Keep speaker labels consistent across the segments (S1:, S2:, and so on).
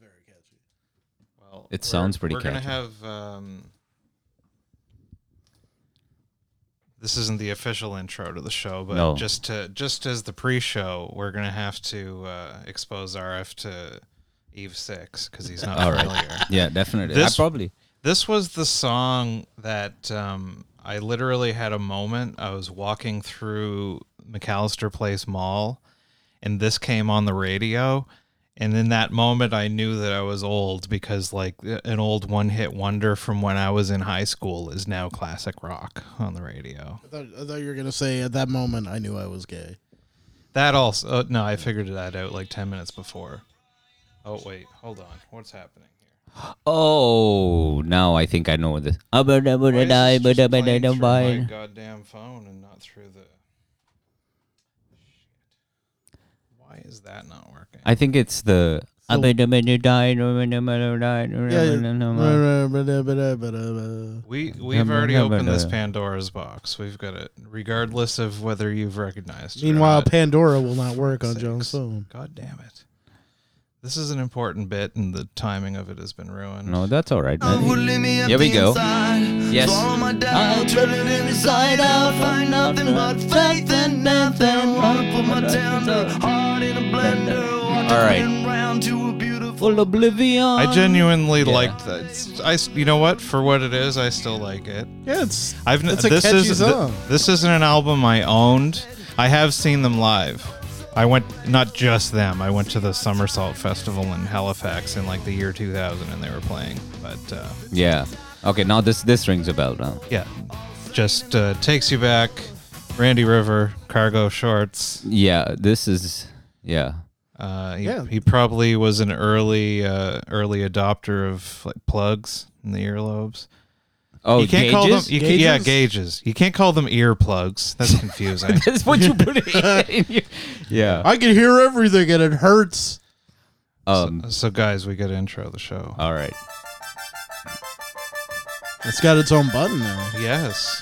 S1: very catchy.
S2: Well,
S3: It
S2: we're-
S3: sounds pretty
S2: We're gonna
S3: catchy.
S2: have. Um, this isn't the official intro to the show, but
S3: No.
S2: just to just as the pre-show, we're gonna have to uh, expose RF to Eve Six because he's not
S3: All right.
S2: familiar.
S3: Yeah, definitely.
S2: This-
S3: I probably.
S2: This was the song that um, I literally had a moment. I was walking through McAllister Place Mall, and this came on the radio. And in that moment, I knew that I was old because, like, an old one hit wonder from when I was in high school is now classic rock on the radio.
S1: I thought, I thought you were gonna say at that moment I knew I was gay.
S2: That also, uh, no, I figured that out like 10 minutes before. Oh, wait, hold on. What's happening here?
S3: Oh, now I think I know this.
S2: Why is this just playing through my goddamn phone and not through the. Why is that not working?
S3: I think it's the.
S1: So-
S2: we we've already opened this Pandora's box. We've got it, regardless of whether you've recognized. it or
S1: Meanwhile,
S2: not.
S1: Pandora will not work on
S2: Six.
S1: John's phone.
S2: God damn it! This is an important bit, and the timing of it has been ruined.
S3: No, that's all right. man. Here we go. Yes.
S4: I'll turn it inside out. Find nothing but faith and nothing. Wanna put my tender heart in a blender. Watch
S3: All
S4: it
S3: right.
S4: spin round to a beautiful.
S3: Full oblivion.
S2: I genuinely
S3: Um, Yeah.
S2: liked that. It's- I s- you know what? For what it is, I still like it.
S1: Yeah, it's
S2: I've n-
S1: That's a
S2: this
S1: catchy
S2: is th-
S1: song.
S2: this isn't an album I owned. I have seen them live. I went not just them. I went to the Somersault Festival in Halifax in like the year 2000, and they were playing. But uh,
S3: Yeah. Okay, now this this rings a bell now.
S2: yeah, just uh, takes you back. Randy River, cargo shorts.
S3: Yeah, this is. Yeah.
S2: Uh, he,
S1: Yeah.
S2: he probably was an early uh, early adopter of like plugs in the earlobes.
S3: Oh,
S2: you can't call them.
S3: gauges?
S2: You can, yeah,
S1: Gauges?
S2: gauges. You can't call them earplugs. That's confusing.
S3: That's what you put in. in your, yeah.
S1: I can hear everything and it hurts.
S3: Um.
S2: so guys, we got to intro the show.
S3: All right.
S1: It's got its own button now.
S2: Yes.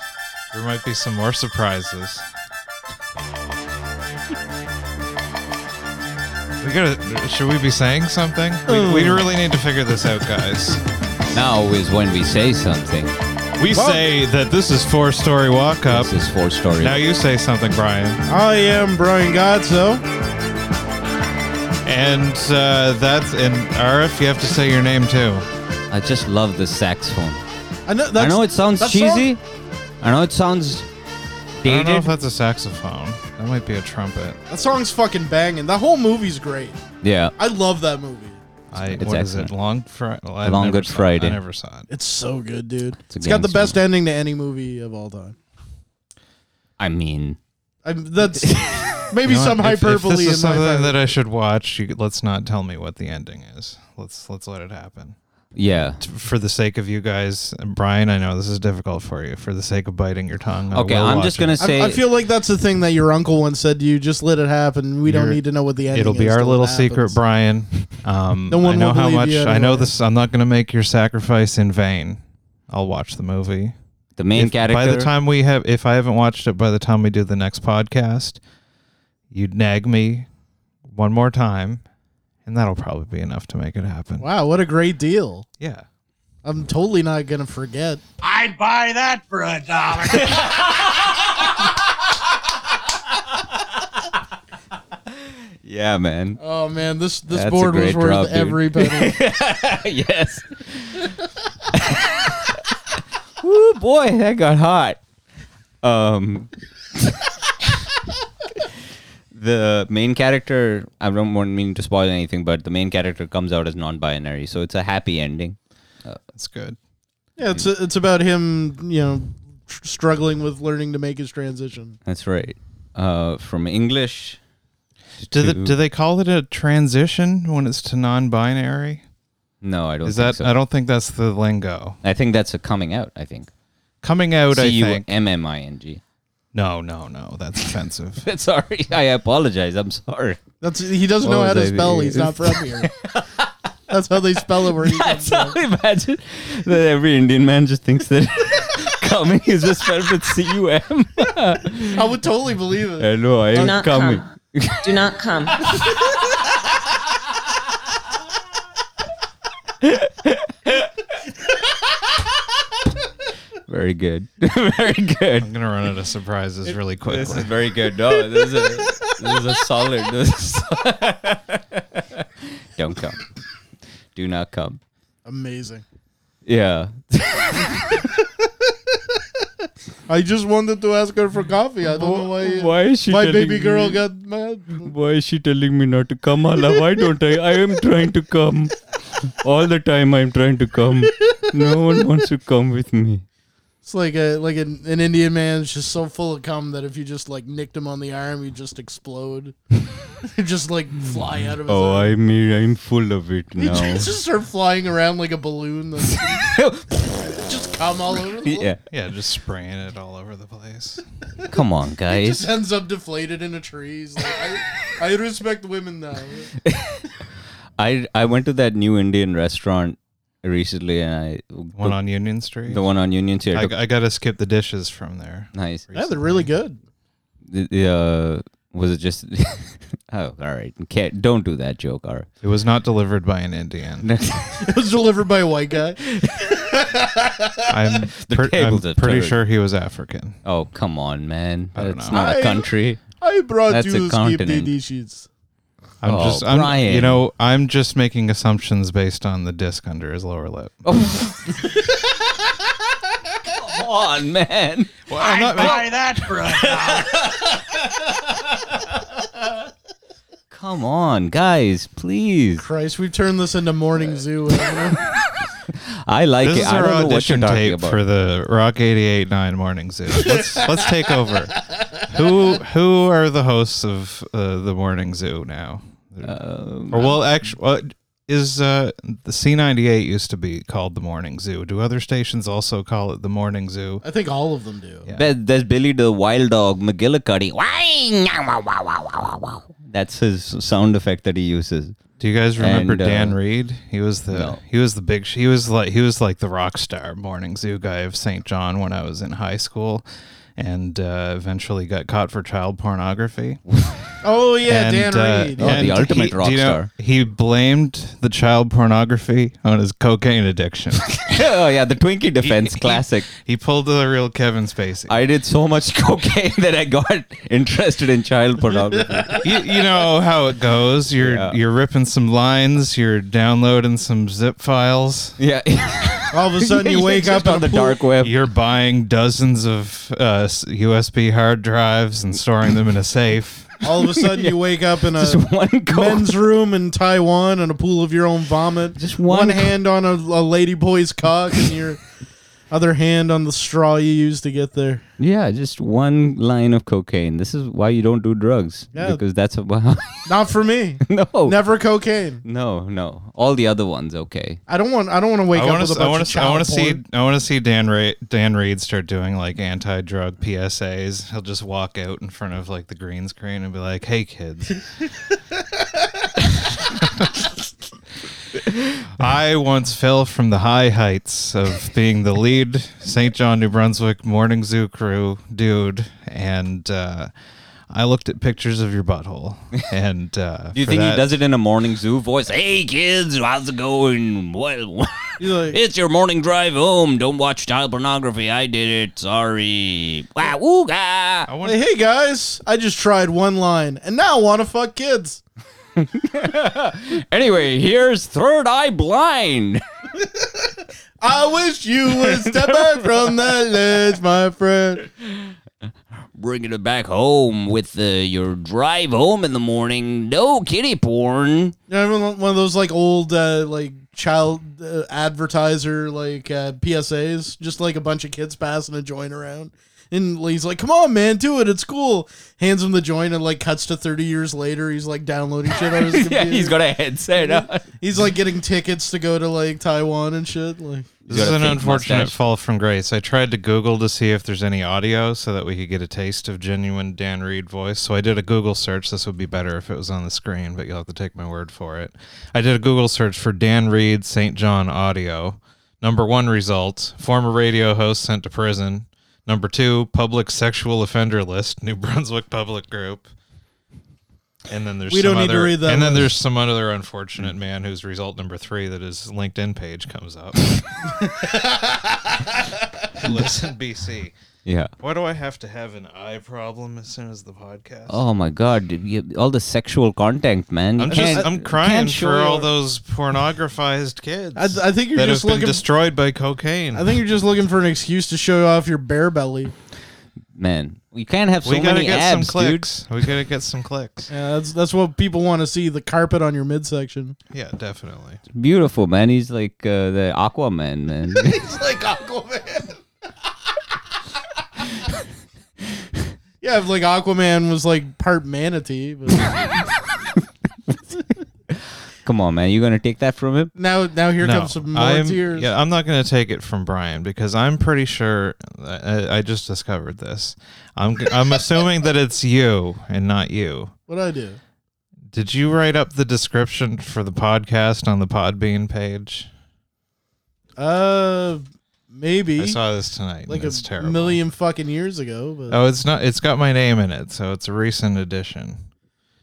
S2: There might be some more surprises. We gotta. Should we be saying something? We, we really need to figure this out, guys.
S3: Now is when we say something.
S2: We say that this is four story walk up.
S3: This is four story.
S2: Now you say something, Brian.
S1: I am Brian Godso.
S2: And uh, that's. And RF, you have to say your name too.
S3: I just love the saxophone.
S1: I know that's
S3: I know it sounds
S1: that song-
S3: cheesy. I know it sounds
S2: I don't know
S3: dated.
S2: if that's a saxophone. That might be a trumpet.
S1: That song's fucking banging. That whole movie's great.
S3: yeah.
S1: I love that movie.
S2: I,
S3: It's
S2: what is
S3: excellent.
S2: it? Long, Fri- well, I
S3: Long
S2: never
S3: Good
S2: saw it.
S3: Friday.
S2: I never saw it.
S1: It's so good, dude.
S3: a
S1: it's got the
S3: gangster
S1: best ending to any movie of all time.
S3: I mean,
S1: I'm, that's maybe
S2: You know
S1: some
S2: what? If-
S1: hyperbole
S2: If, this is
S1: in my
S2: something
S1: favor.
S2: that I should watch, you, let's not tell me what the ending is. Let's let's let it happen.
S3: yeah.
S2: T- For the sake of you guys, and Brian, I know this is difficult for you. For the sake of biting your tongue, I
S3: Okay,
S2: will
S3: I'm
S2: watch
S3: just gonna
S2: it.
S3: say.
S1: I, I feel like that's the thing that your uncle once said to you. Just let it happen. We don't
S2: You're-
S1: need to know what the ending
S2: It'll
S1: is.
S2: be our
S1: till it
S2: little
S1: happens.
S2: secret, Brian. Um,
S1: No one
S2: I know
S1: will
S2: how
S1: believe
S2: much.
S1: you
S2: I know
S1: anyway.
S2: this. I'm not gonna make your sacrifice in vain. I'll watch the movie.
S3: the main
S2: If-
S3: character.
S2: By the time we have, if I haven't watched it, by the time we do the next podcast, you'd nag me one more time, and that'll probably be enough to make it happen.
S1: Wow, what a great deal.
S2: Yeah.
S1: I'm totally not gonna forget.
S4: I'd buy that for a dollar.
S3: yeah, man.
S1: Oh man, this this
S3: That's a
S1: board was
S3: great
S1: worth
S3: drop, dude.
S1: every penny.
S3: yes. Woo, boy, that got hot. Um, the main character, I don't want mean to spoil anything, but the main character comes out as non-binary, so it's a happy ending.
S2: That's good.
S1: yeah, it's it's about him, you know, tr- struggling with learning to make his transition.
S3: That's right. Uh, from English.
S2: Do, the,
S3: to-
S2: do they call it a transition when it's to non-binary?
S3: no, I don't.
S2: Is
S3: think
S2: that
S3: so.
S2: I don't think that's the lingo.
S3: I think that's a coming out. I think.
S2: Coming out,
S3: C
S2: I
S3: U
S2: think.
S3: M M I N G.
S2: No, no, no. That's offensive.
S3: Sorry, I apologize. I'm sorry.
S1: That's he doesn't know
S3: What
S1: how to
S3: was I
S1: spell.
S3: thinking?
S1: He's not from here. That's how they spell it where he comes
S3: So imagine that every Indian man just thinks that coming is just spelled with C U M.
S1: from. I would totally believe it.
S3: Hello, I
S5: Do
S3: am
S5: not
S3: coming.
S5: come. Do not come.
S3: Very good. very good.
S2: I'm gonna run out of surprises really
S3: This
S2: quickly.
S3: is very good. No, this is a, this is a solid. This is Don't come. Do not come.
S1: Amazing.
S3: Yeah.
S1: I just wanted to ask her for coffee. I don't know why.
S3: is she
S1: my baby girl got mad.
S3: Why is she telling me not to come, Allah? Why don't I? I am trying to come. All the time I am trying to come. No one wants to come with me.
S1: It's like a like an, an Indian man's just so full of cum that if you just like nicked him on the arm, he'd just explode, He'd just like fly out of his.
S3: Oh,
S1: arm.
S3: I mean, I'm full of it
S1: He'd
S3: now.
S1: just just start flying around like a balloon. that's- just cum all over. The
S3: yeah.
S2: Yeah, just spraying it all over the place.
S3: Come on, guys.
S1: Just ends up deflated into trees. Like, I, I respect women now.
S3: I I went to that new Indian restaurant recently, and I
S2: One on Union Street.
S3: the one on Union Street. I
S2: I,
S3: took-
S2: I gotta skip the dishes from there.
S3: nice.
S1: Yeah, they're really good.
S3: The, the, uh, was it just? oh, all right. Can't, don't do that joke, all
S2: It was not delivered by an Indian.
S3: right.
S1: It was delivered by a white guy.
S2: I'm, per- I'm
S3: tables are
S2: pretty
S3: turned.
S2: sure he was African.
S3: oh, come on, man.
S2: I don't
S3: That's
S2: know.
S3: not
S1: I-
S3: a country.
S1: I brought
S3: That's a
S1: you
S3: continent.
S1: skip sheets.
S2: I'm
S3: Oh,
S2: just, I'm,
S3: Brian.
S2: you know, I'm just making assumptions based on the disc under his lower lip.
S3: Oh. come on, man.
S2: I'm not making,
S3: Come on, guys. Please.
S1: Christ, we've turned this into morning zoo. animal.
S3: I like
S2: this
S3: it.
S2: is
S3: I
S2: our
S3: don't know what you're
S2: audition
S3: talking
S2: tape
S3: about.
S2: for the Rock 889 Morning Zoo. Let's, let's take over. Who who are the hosts of uh, the Morning Zoo now?
S3: Um,
S2: Or well, actually, uh, is uh, the C98 used to be called the Morning Zoo? Do other stations also call it the Morning Zoo?
S1: I think all of them do.
S2: Yeah.
S3: There- There's Billy the Wild Dog, McGillicuddy. Wang! Wow, wow, wow, wow, wow. That's his sound effect that he uses.
S2: Do you guys remember
S3: And, uh,
S2: Dan Reed? He was the
S3: No.
S2: he was the big he was like he was like the rock star morning zoo guy of St. John when I was in high school, and uh, eventually got caught for child pornography.
S1: Oh yeah,
S2: and,
S1: Dan
S2: uh,
S1: Reed.
S3: Oh, the
S2: and
S3: ultimate
S2: he,
S3: rock
S2: do you know,
S3: star.
S2: He blamed the child pornography on his cocaine addiction.
S3: oh, yeah, the Twinkie defense, classic.
S2: he pulled the real Kevin Spacey.
S3: I did so much cocaine that I got interested in child pornography.
S2: you, you know how it goes. You're
S3: Yeah.
S2: you're ripping some lines. You're downloading some zip files.
S3: Yeah.
S1: All of a sudden you wake up
S3: on the dark web.
S2: You're buying dozens of uh, s- USB hard drives and storing them in a safe.
S1: All of a sudden you wake up in a
S3: Just one coke.
S1: uh, men's room in Taiwan in a pool of your own vomit.
S3: Just
S1: one,
S3: one-
S1: hand on a, a lady boy's cock and your other hand on the straw you used to get there.
S3: Yeah, just one line of cocaine. This is why you don't do drugs.
S1: Yeah.
S3: Because that's a, wow.
S1: Not for me.
S3: no.
S1: Never cocaine.
S3: No, no. All the other ones, okay.
S1: I don't want. I don't want to wake
S2: I
S1: up
S2: want
S1: with a
S2: to. I
S1: bunch
S2: want
S1: of
S2: to. I want
S1: child
S2: to see.
S1: porn.
S2: I want to see Dan Ra- Dan Reed start doing like anti-drug PSAs. He'll just walk out in front of like the green screen and be like, "Hey kids." I once fell from the high heights of being the lead St. John, New Brunswick morning zoo crew dude, and uh, I looked at pictures of your butthole. And uh,
S3: Do you
S2: for
S3: think
S2: that-
S3: he does it in a morning zoo voice? Hey kids, how's it going? Well,
S1: He's like-
S3: it's your morning drive home. Don't watch child pornography. I did it. Sorry. Wow,
S2: I
S3: ooga.
S2: wonder-
S1: Like, hey guys, I just tried one line and now I want to fuck kids.
S3: Anyway, here's Third Eye Blind.
S1: I wish you would step back from that ledge, my friend.
S3: Bringing it back home with uh, your drive home in the morning. No kitty porn.
S1: You know, everyone- one of those like old uh, like child uh, advertiser like uh, PSAs, just like a bunch of kids passing a joint around. And he's like, "Come on, man, do it. It's cool." Hands him the joint, and like cuts to thirty years later. He's like downloading shit on his computer.
S3: yeah,
S1: he's,
S3: he's got a headset on.
S1: like getting tickets to go to like Taiwan and shit. Like,
S2: This
S3: You
S2: is
S3: got a
S2: an
S3: fake
S2: unfortunate
S3: mustache.
S2: fall from grace. I tried to Google to see if there's any audio so that we could get a taste of genuine Dan Reed voice. So I did a Google search. This would be better if it was on the screen, but you'll have to take my word for it. I did a Google search for Dan Reed St. John audio. Number one result former radio host sent to prison. Number two, public sexual offender list, New Brunswick Public Group. And then there's
S1: We
S2: some
S1: don't need to
S2: other-
S1: read that
S2: And then
S1: one.
S2: there's some other unfortunate man whose result number three that his LinkedIn page comes up. Who lives in BC.
S3: Yeah.
S2: Why do I have to have an eye problem as soon as the podcast?
S3: Oh my god, dude, you- all the sexual content, man. You
S2: I'm just
S3: can't-
S2: I'm
S3: you
S2: crying
S3: can't
S2: for
S3: show
S2: all
S3: your-
S2: those pornographized kids
S1: I, I think you're
S2: that have
S1: just
S2: been
S1: looking.
S2: destroyed by cocaine.
S1: I think you're just looking for an excuse to show off your bare belly.
S3: Man, you can't have so
S2: we gotta
S3: many
S2: get
S3: abs,
S2: some clicks. We gotta get some clicks.
S1: Yeah, that's that's what people want to see the carpet on your midsection.
S2: Yeah, definitely.
S3: dude. Beautiful, man. He's like uh, the Aquaman, man.
S1: It's like Aquaman. yeah, if like Aquaman was like part manatee, but
S3: Come on, man. You gonna take that from him?
S1: now now here
S2: No,
S1: comes some more
S2: I'm,
S1: tears.
S2: Yeah, I'm not going to take it from Brian because I'm pretty sure uh, I, I just discovered this. I'm I'm assuming that it's you and not you.
S1: What I do?
S2: Did you write up the description for the podcast on the Podbean page?
S1: Uh, maybe
S2: I saw this tonight.
S1: like
S2: Like
S1: a
S2: it's terrible.
S1: million fucking years ago, but
S2: Oh, it's not. It's got my name in it, so it's a recent addition.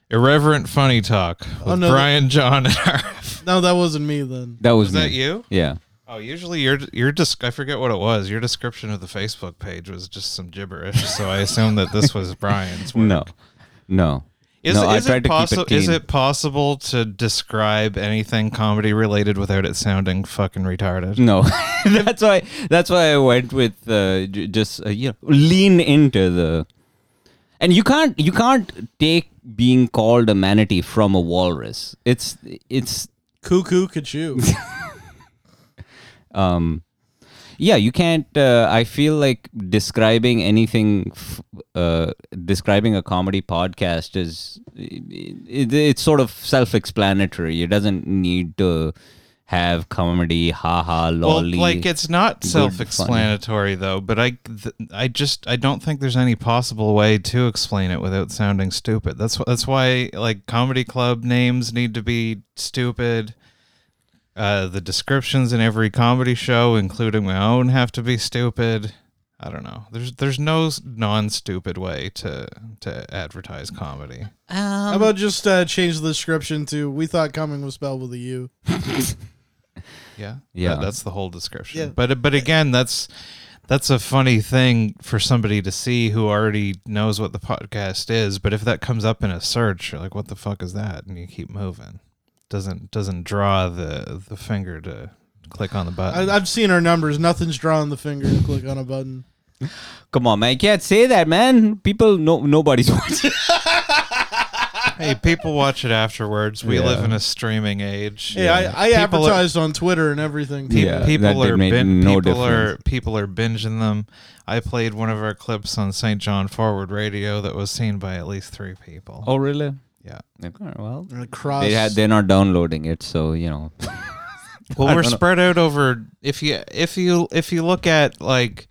S2: Irreverent funny talk with
S1: Oh, no,
S2: Brian John and RF.
S1: no, that wasn't me then.
S3: That was
S2: Was that
S3: me.
S2: you?
S3: Yeah.
S2: Oh, usually your your disc I forget what it was. Your description of the Facebook page was just some gibberish, so I assume that this was Brian's. Work.
S3: No. No.
S2: is,
S3: no,
S2: is
S3: I tried
S2: it possible?
S3: to keep it
S2: Is
S3: clean.
S2: it possible to describe anything comedy related without it sounding fucking retarded?
S3: No, that's why. That's why I went with uh, j- just uh, you know lean into the, and you can't you can't take being called a manatee from a walrus. It's it's
S1: Cuckoo, cuckoo.
S3: um, yeah. You can't. Uh, I feel like describing anything, f- uh, describing a comedy podcast is it, it's sort of self-explanatory. It doesn't need to have comedy, haha,
S2: Well,
S3: lolly.
S2: like it's not
S3: Good
S2: self-explanatory though, but I, th- I just I don't think there's any possible way to explain it without sounding stupid. That's wh- that's why like comedy club names need to be stupid. Uh, the descriptions in every comedy show, including my own, have to be stupid. I don't know. There's there's no s- non-stupid way to to advertise comedy.
S1: How about just uh, change the description to "We thought coming was spelled with a U."
S2: Yeah.
S3: Yeah.
S2: That- that's the whole description.
S1: Yeah.
S2: But but again, that's that's a funny thing for somebody to see who already knows what the podcast is. But if that comes up in a search, you're like, what the fuck is that? And you keep moving. Doesn't doesn't draw the the finger to click on the button.
S1: I, I've seen our numbers. Nothing's drawn the finger to click on a button.
S3: Come on, man! You can't say that, man. People, no, nobody's watching.
S2: hey, people watch it afterwards. We
S3: Yeah.
S2: live in a streaming age.
S1: Hey, I, I
S2: People are-
S1: advertised on Twitter and everything.
S2: Pe-
S1: too.
S3: Yeah, that
S2: people
S3: did
S2: are
S3: make
S2: bin-
S3: no
S2: people are
S3: difference.
S2: people are binging them. I played one of our clips on St. John Forward Radio that was seen by at least three people.
S3: oh, really?
S2: Yeah.
S3: Okay, well,
S1: Across,
S3: they had, they're not downloading it, so you know.
S2: Well,
S3: I
S2: we're
S3: don't know.
S2: spread out over if you if you if you look at like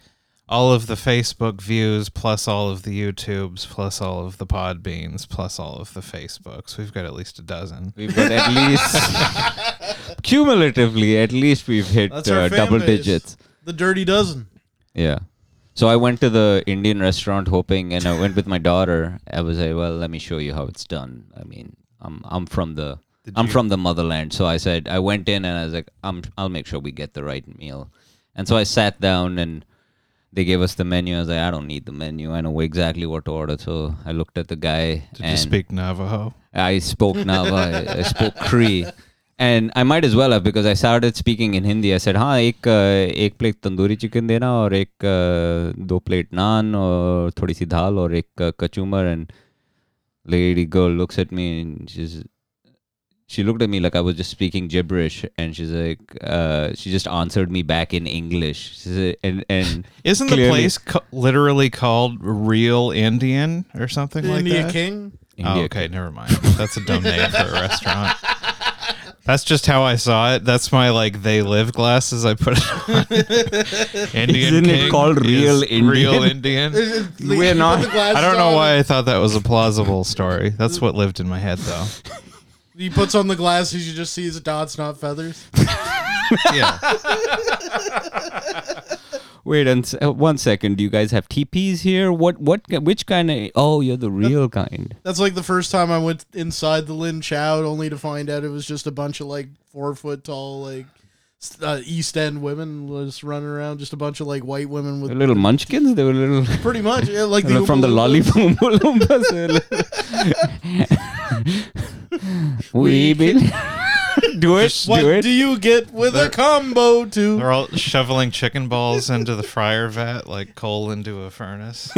S2: all of the Facebook views plus all of the YouTubes plus all of the Podbeans plus all of the Facebooks, we've got at least a dozen.
S3: We've got at least cumulatively, at least we've hit
S1: That's our
S3: uh,
S1: fan
S3: double
S1: base.
S3: digits.
S1: the Dirty Dozen.
S3: Yeah. So I went to the Indian restaurant hoping, and I went with my daughter. I was like, "Well, let me show you how it's done." I mean, I'm I'm from the I'm from the motherland, so I said I went in and I was like, "I'm I'll make sure we get the right meal," and so I sat down and they gave us the menu. I was like, "I don't need the menu. I know exactly what to order." So I looked at the guy
S2: Did
S3: and
S2: you speak Navajo?
S3: I spoke Nava, I, I spoke Cree. And I might as well have because I started speaking in Hindi. I said, हाँ एक uh, एक plate tandoori chicken देना और एक uh, दो plate नान और थोड़ी सी दाल और एक uh, kachumber and lady girl looks at me and she's she looked at me like I was just speaking gibberish and she's like uh, she just answered me back in English. She said, and and
S2: Isn't the
S3: Clearly.
S2: place ca- literally called Real Indian or something
S1: The
S2: like
S1: India
S2: that?
S1: King.
S2: Oh,
S3: India-
S2: okay, never mind. That's a dumb name for a restaurant. That's just how I saw it. That's my like they live glasses. I put it on. Indian
S3: Isn't it
S2: King
S3: called
S2: is
S3: Real Indian?
S2: Real Indian.
S1: We're
S3: not-
S2: I don't know why I thought that was a plausible story. That's what lived in my head though.
S1: He puts on the glasses. You just see his dots, not feathers.
S2: Yeah.
S3: wait and s- uh, one second. Do you guys have teepees here? What what ki- which kind of? Oh, you're the real kind.
S1: That's like the first time I went inside the Lin Chow only to find out it was just a bunch of like four foot tall like s- uh, East End women just running around, just a bunch of like white women with
S3: The little munchkins. They were little
S1: pretty much yeah, like the
S3: from the
S1: Oompa Loompas.
S3: lollipop Loompas. we been do it.
S1: What
S3: do
S1: do,
S3: it.
S1: you get with a
S2: They're-
S1: combo too?
S2: They're all shoveling chicken balls into the fryer vat like coal into a furnace.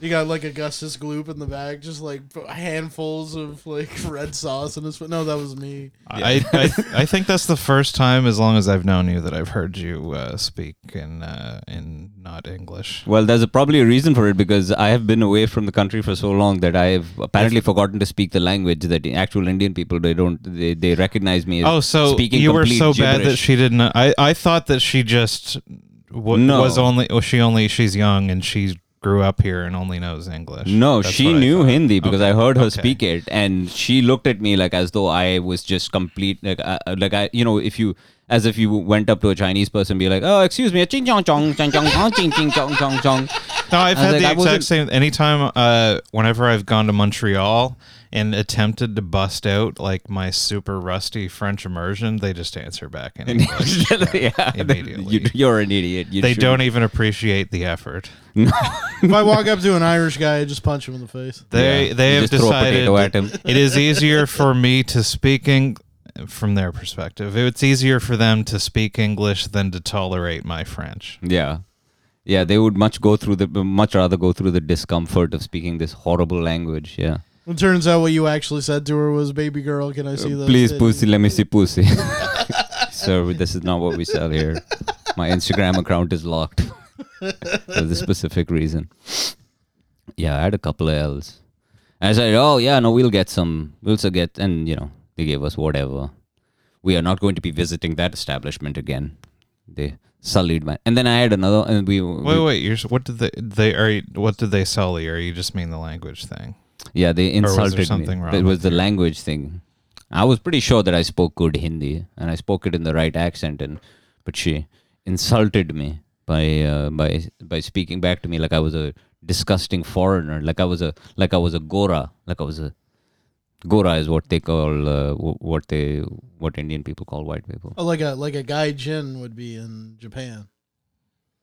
S1: You got like Augustus Gloop in the back, just like f- handfuls of like red sauce in his foot. No, that was me.
S2: I, I I think that's the first time, as long as I've known you, that I've heard you uh, speak in uh, in not English.
S3: Well, there's a, probably a reason for it because I have been away from the country for so long that I've apparently forgotten to speak the language that the actual Indian people they don't they, they recognize me as
S2: Oh, so
S3: speaking
S2: you were
S3: complete
S2: so bad that
S3: gibberish.
S2: she didn't. I I thought that she just w-
S3: No.
S2: was only. Well, she only. She's young and she grew up here and only knows English.
S3: No,
S2: That's
S3: she
S2: what I
S3: knew
S2: thought.
S3: Hindi because
S2: Okay,
S3: I heard her
S2: okay.
S3: speak it, and she looked at me like as though I was just complete, like, uh, uh, like I, you know, if you, as if you went up to a Chinese person, be like, oh, excuse me, ching chong chong chong chong chong ching ching chong chong chong.
S2: No, I've
S3: I was
S2: had
S3: like,
S2: the
S3: I
S2: exact
S3: wasn't-
S2: same. Anytime, uh, whenever I've gone to Montreal and attempted to bust out like my super rusty French immersion, they just answer back in English
S3: yeah, you,
S2: immediately.
S3: you're an idiot. You
S2: they
S3: should-
S2: don't even appreciate the effort.
S1: If I walk up to an Irish guy, I just punch him in the face.
S2: They
S3: Yeah,
S2: they
S3: you
S2: have
S3: just throw a
S2: decided
S3: potato at
S2: that
S3: him.
S2: it is easier for me to speak Eng- from their perspective. It's easier for them to speak English than to tolerate my French.
S3: Yeah. Yeah, they would much go through the much rather go through the discomfort of speaking this horrible language. Yeah,
S1: It turns out what you actually said to her was, "Baby girl, can I see those?"
S3: Uh, please,
S1: titties?"
S3: pussy, let me see pussy. Sir, this is not what we sell here. My Instagram account is locked for this specific reason. Yeah, I had a couple of L's. I said, "Oh yeah, no, we'll get some. We'll also get." And you know, they gave us whatever. We are not going to be visiting that establishment again. They sullied my. And then I had another, and we we-
S2: Wait, wait. You're, s- what did they they are? you- What did they sully? Or you just mean the language thing?
S3: Yeah, they
S2: was there
S3: insulted
S2: something
S3: me.
S2: wrong
S3: it was
S2: with
S3: the language thing. I was pretty sure that I spoke good Hindi and I spoke it in the right accent, and but she insulted me by uh, by by speaking back to me like I was a disgusting foreigner, like I was a like I was a gora, like I was a gora is what they call uh, wh- what they what Indian people call white people.
S1: Oh, like a like a gaijin would be in Japan.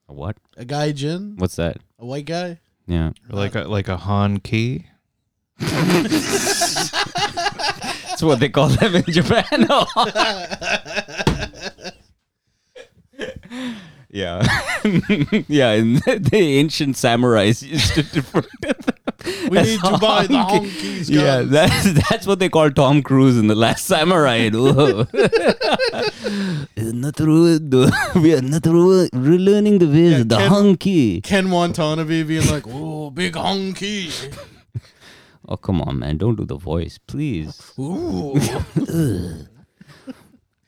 S3: What?
S1: A gaijin,
S3: What's that?
S1: a white guy.
S3: Yeah.
S2: Like a, like a Han key.
S3: That's what they call them in Japan. yeah, yeah. And the ancient samurais used to. Defer
S1: We need to buy the honkies.
S3: Yeah,
S1: Yeah,
S3: that's that's what they call Tom Cruise in the Last Samurai. Whoa. not ru- the- we are not ru- relearning the ways of the
S1: Ken-
S3: hunky.
S1: Ken Watanabe being like, "Ooh, big honky."
S3: Oh come on, man! Don't do the voice, please.
S1: Ooh,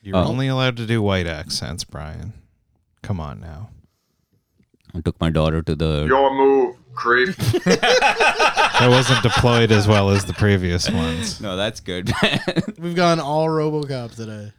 S2: You're
S3: Oh.
S2: only allowed to do white accents, Brian. Come on now.
S3: I took my daughter to the
S6: Your move, creep.
S2: That wasn't deployed as well as the previous ones.
S3: No, that's good.
S1: we've gone all RoboCop today.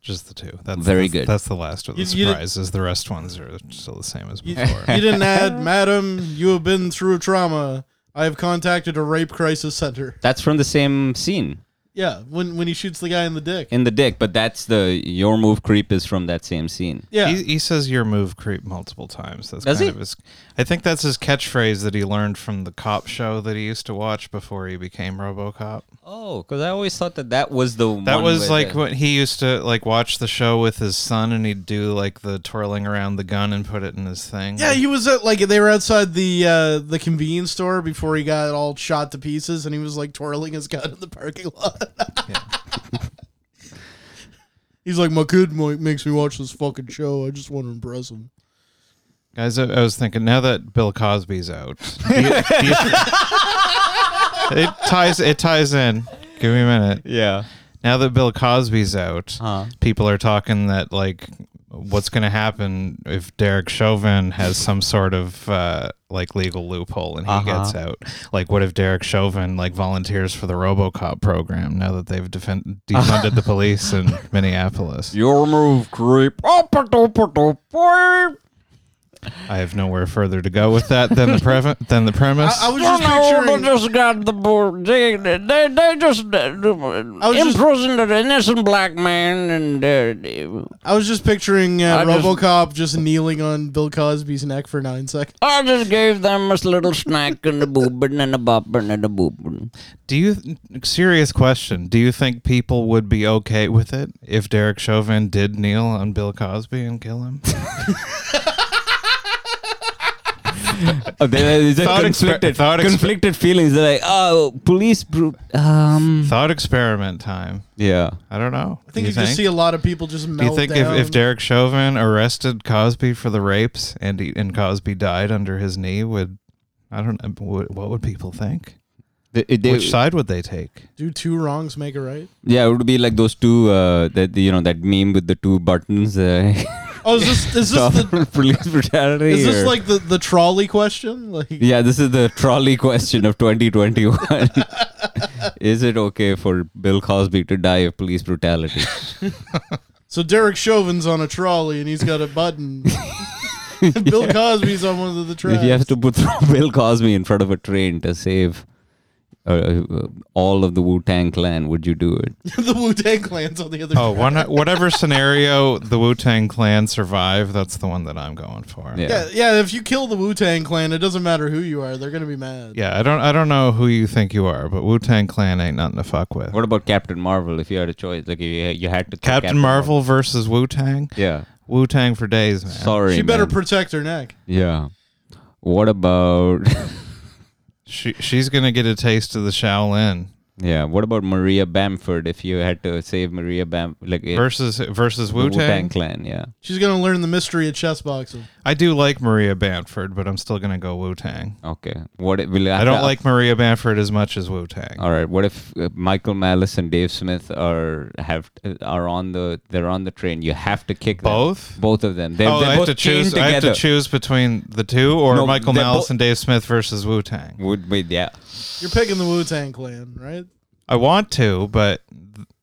S2: Just the two. That's
S3: Very
S2: that's-
S3: good.
S2: That's the last of the
S1: You- you did-
S2: surprises. The rest ones are still the same as before.
S1: You didn't add, madam, you have been through trauma. I have contacted a rape crisis center.
S3: that's from the same scene
S1: Yeah, when when he shoots the guy in the dick.
S3: in the dick, but that's the your move creep is from that same scene.
S1: Yeah.
S2: He, he says your move creep multiple times. That's
S3: Does
S2: kind
S3: he?
S2: of his. I think that's his catchphrase that he learned from the cop show that he used to watch before he became RoboCop.
S3: Oh, because I always thought that that was the
S2: That was like when he used to like watch the show with his son, and he'd do like the twirling around the gun and put it in his thing.
S1: yeah, he was at like they were outside the uh, the convenience store before he got all shot to pieces, and he was like twirling his gun in the parking lot. He's like, my kid mo- makes me watch this fucking show. I just want to impress him.
S2: Guys, I, I was thinking now that Bill Cosby's out, do you- do you- it ties it ties in. Give me a minute.
S3: yeah.
S2: Now that Bill Cosby's out,
S3: Huh.
S1: Uh-huh.
S2: people are talking that like, what's going to happen if Derek Chauvin has some sort of uh, like legal loophole and he
S1: Uh-huh.
S2: gets out? Like, what if Derek Chauvin like volunteers for the RoboCop program now that they've defend- defunded the
S6: Oh,
S2: police in Minneapolis?
S3: Your move creep.
S2: I have nowhere further to go with that than the preve- than the premise.
S1: I, I was just picturing.
S6: just got the board. They, they, they just uh,
S1: was just-
S6: imprisoned an innocent black man, and uh, they-
S1: I was just picturing uh,
S6: I just-
S1: RoboCop just kneeling on Bill Cosby's neck for nine seconds.
S6: I just gave them a little snack and a boobin' and a boppin' and a boobin'.
S2: Do you serious question? Do you think people would be okay with it if Derek Chauvin did kneel on Bill Cosby and kill him?
S3: Oh, there is a
S2: Thought exper-
S3: conflicted,
S2: thought exper-
S3: conflicted feelings. They're like, oh, police, bru- um,
S2: Thought experiment time.
S3: yeah.
S2: I don't know.
S1: I think you, just see a lot of people just
S2: Do
S1: melt
S2: you think if,
S1: down.
S2: if Derek Chauvin arrested Cosby for the rapes and he, and Cosby died under his knee, would I don't know would, what would people think?
S3: They- they-
S2: Which side would they take?
S1: Do two wrongs make a right?
S3: yeah, it would be like those two, uh, that you know, that meme with the two buttons. Uh,
S1: Oh, is this is this
S3: stop
S1: the
S3: police brutality.
S1: is this
S3: or-
S1: like the the trolley question? Like,
S3: Yeah, this is the trolley question of 2021. is it okay for Bill Cosby to die of police brutality?
S1: so Derek Chauvin's on a trolley and he's got a button. Bill Cosby's on one of the tracks.
S3: If you have to put Bill Cosby in front of a train to save uh, uh, all of the Wu Tang Clan, would you do it?
S1: the Wu Tang Clan's on the other.
S2: Oh, one, whatever scenario the Wu Tang Clan survive, that's the one that I'm going for.
S3: Yeah.
S1: Yeah, yeah. If you kill the Wu Tang Clan, it doesn't matter who you are; they're gonna be mad.
S2: Yeah, I don't I don't know who you think you are, but Wu Tang Clan ain't nothing to fuck with.
S3: What about Captain Marvel? If you had a choice, like you, you had to throw
S2: Captain, Marvel, versus Wu Tang.
S3: Yeah.
S2: Wu Tang for days, man.
S3: Sorry.
S1: she better
S3: man.
S1: protect her neck.
S3: yeah. What about
S2: She she's gonna get a taste of the Shaolin
S3: yeah? What about Maria Bamford? If you had to save Maria Bamford, like if
S2: versus versus
S3: the
S2: Wu Tang.
S3: Clan, yeah.
S1: She's gonna learn the mystery of chess boxing.
S2: I do like Maria Bamford, but I'm still gonna go Wu Tang.
S3: Okay. What it- will
S2: I don't like Maria Bamford as much as Wu Tang.
S3: All right. What if uh, Michael Malice and Dave Smith are have are on the they're on the train? You have to kick them.
S2: Both?
S3: Both of them. They're,
S2: Oh,
S3: they're
S2: I have
S3: both
S2: to choose.
S3: chained together.
S2: I have to choose between the two, or
S3: No,
S2: Michael
S3: they're
S2: Malice
S3: both-
S2: and Dave Smith versus Wu Tang.
S3: Would be yeah.
S1: You're picking the Wu Tang Clan, right?
S2: I want to, but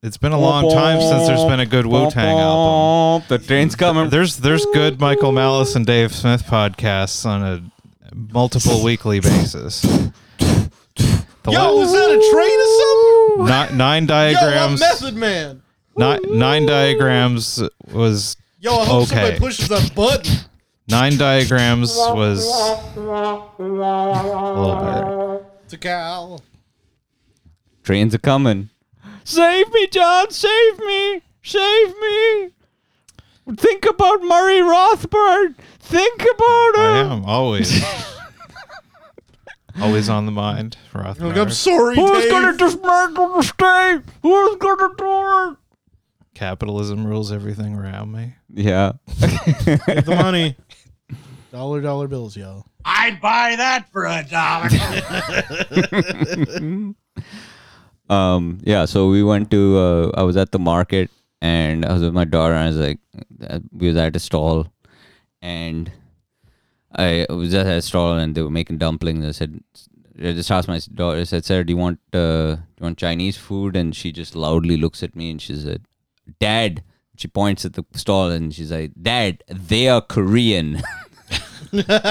S2: it's been a long time since there's been a good Wu Tang album.
S3: The train's coming.
S2: There's there's good Michael Malice and Dave Smith podcasts on a multiple weekly basis. The
S1: Yo,
S2: la-
S1: is that a train or
S2: ni-
S1: something?
S2: nine
S1: Yo, I'm
S2: diagrams.
S1: Method Man.
S2: ni- nine diagrams was
S1: Yo, I hope somebody
S2: okay.
S1: pushes that button.
S2: Nine diagrams was a little better.
S1: It's a cow.
S3: Trains are coming.
S6: Save me, John! Save me! Save me! Think about Murray Rothbard! Think about
S2: I
S6: her!
S2: am always, always on the mind.
S1: Like, I'm
S2: Rothbard,
S1: sorry,
S6: Who's
S1: Dave.
S6: gonna dismantle the state? Who's gonna do it?
S2: capitalism rules everything around me.
S3: Yeah.
S1: Get the money. Dollar dollar bills, yo.
S3: um yeah so we went to uh, i was at the market and i was with my daughter and i was like uh, we was at a stall and i was at a stall and they were making dumplings i said i just asked my daughter i said sarah do you want uh, do you want chinese food and she just loudly looks at me and she said dad she points at the stall and she's like dad they are korean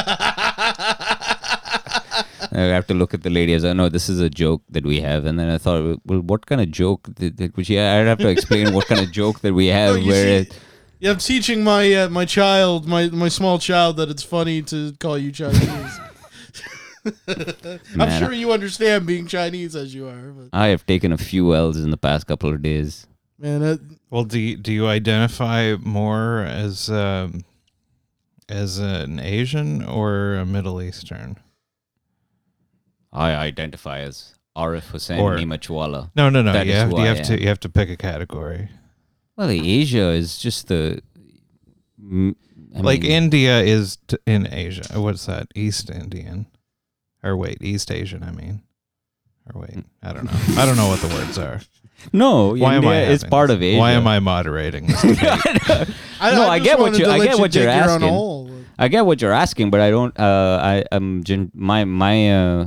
S3: I have to look at the lady as I know this is a joke that we have, and then I thought, well, what kind of joke that, that which yeah, I'd have to explain what kind of joke that we have.
S1: No, you
S3: where
S1: see- Yeah, I'm teaching my uh, my child, my my small child, that it's funny to call you Chinese. I'm
S3: Man,
S1: sure you understand being Chinese as you are, but
S3: I have taken a few L's in the past couple of days.
S1: man, it,
S2: Well, do you, do you identify more as um, as an Asian or a Middle Eastern?
S3: I identify as Arif Hussein
S2: Or-
S3: Nimachwala.
S2: No, no, no.
S3: That
S2: you
S3: is
S2: have,
S3: who
S2: you
S3: I
S2: have
S3: am.
S2: to you have to pick a category.
S3: Well, Asia is just the mm, I
S2: like
S3: mean,
S2: India is t- in Asia. What's that? East Indian, or wait, East Asian. I mean, or wait, I don't know. I don't know what the words are.
S3: no,
S2: Why am I?
S3: India is
S2: having
S3: part
S2: this?
S3: of Asia.
S2: Why am I moderating this? debate?
S1: I,
S3: No, I
S1: just
S3: get what
S1: wanted
S3: you-
S1: to
S3: I
S1: let
S3: get what
S1: dig
S3: you're
S1: your own
S3: asking.
S1: hole.
S3: I get what you're asking, but I don't. Uh, I am gen- my my uh,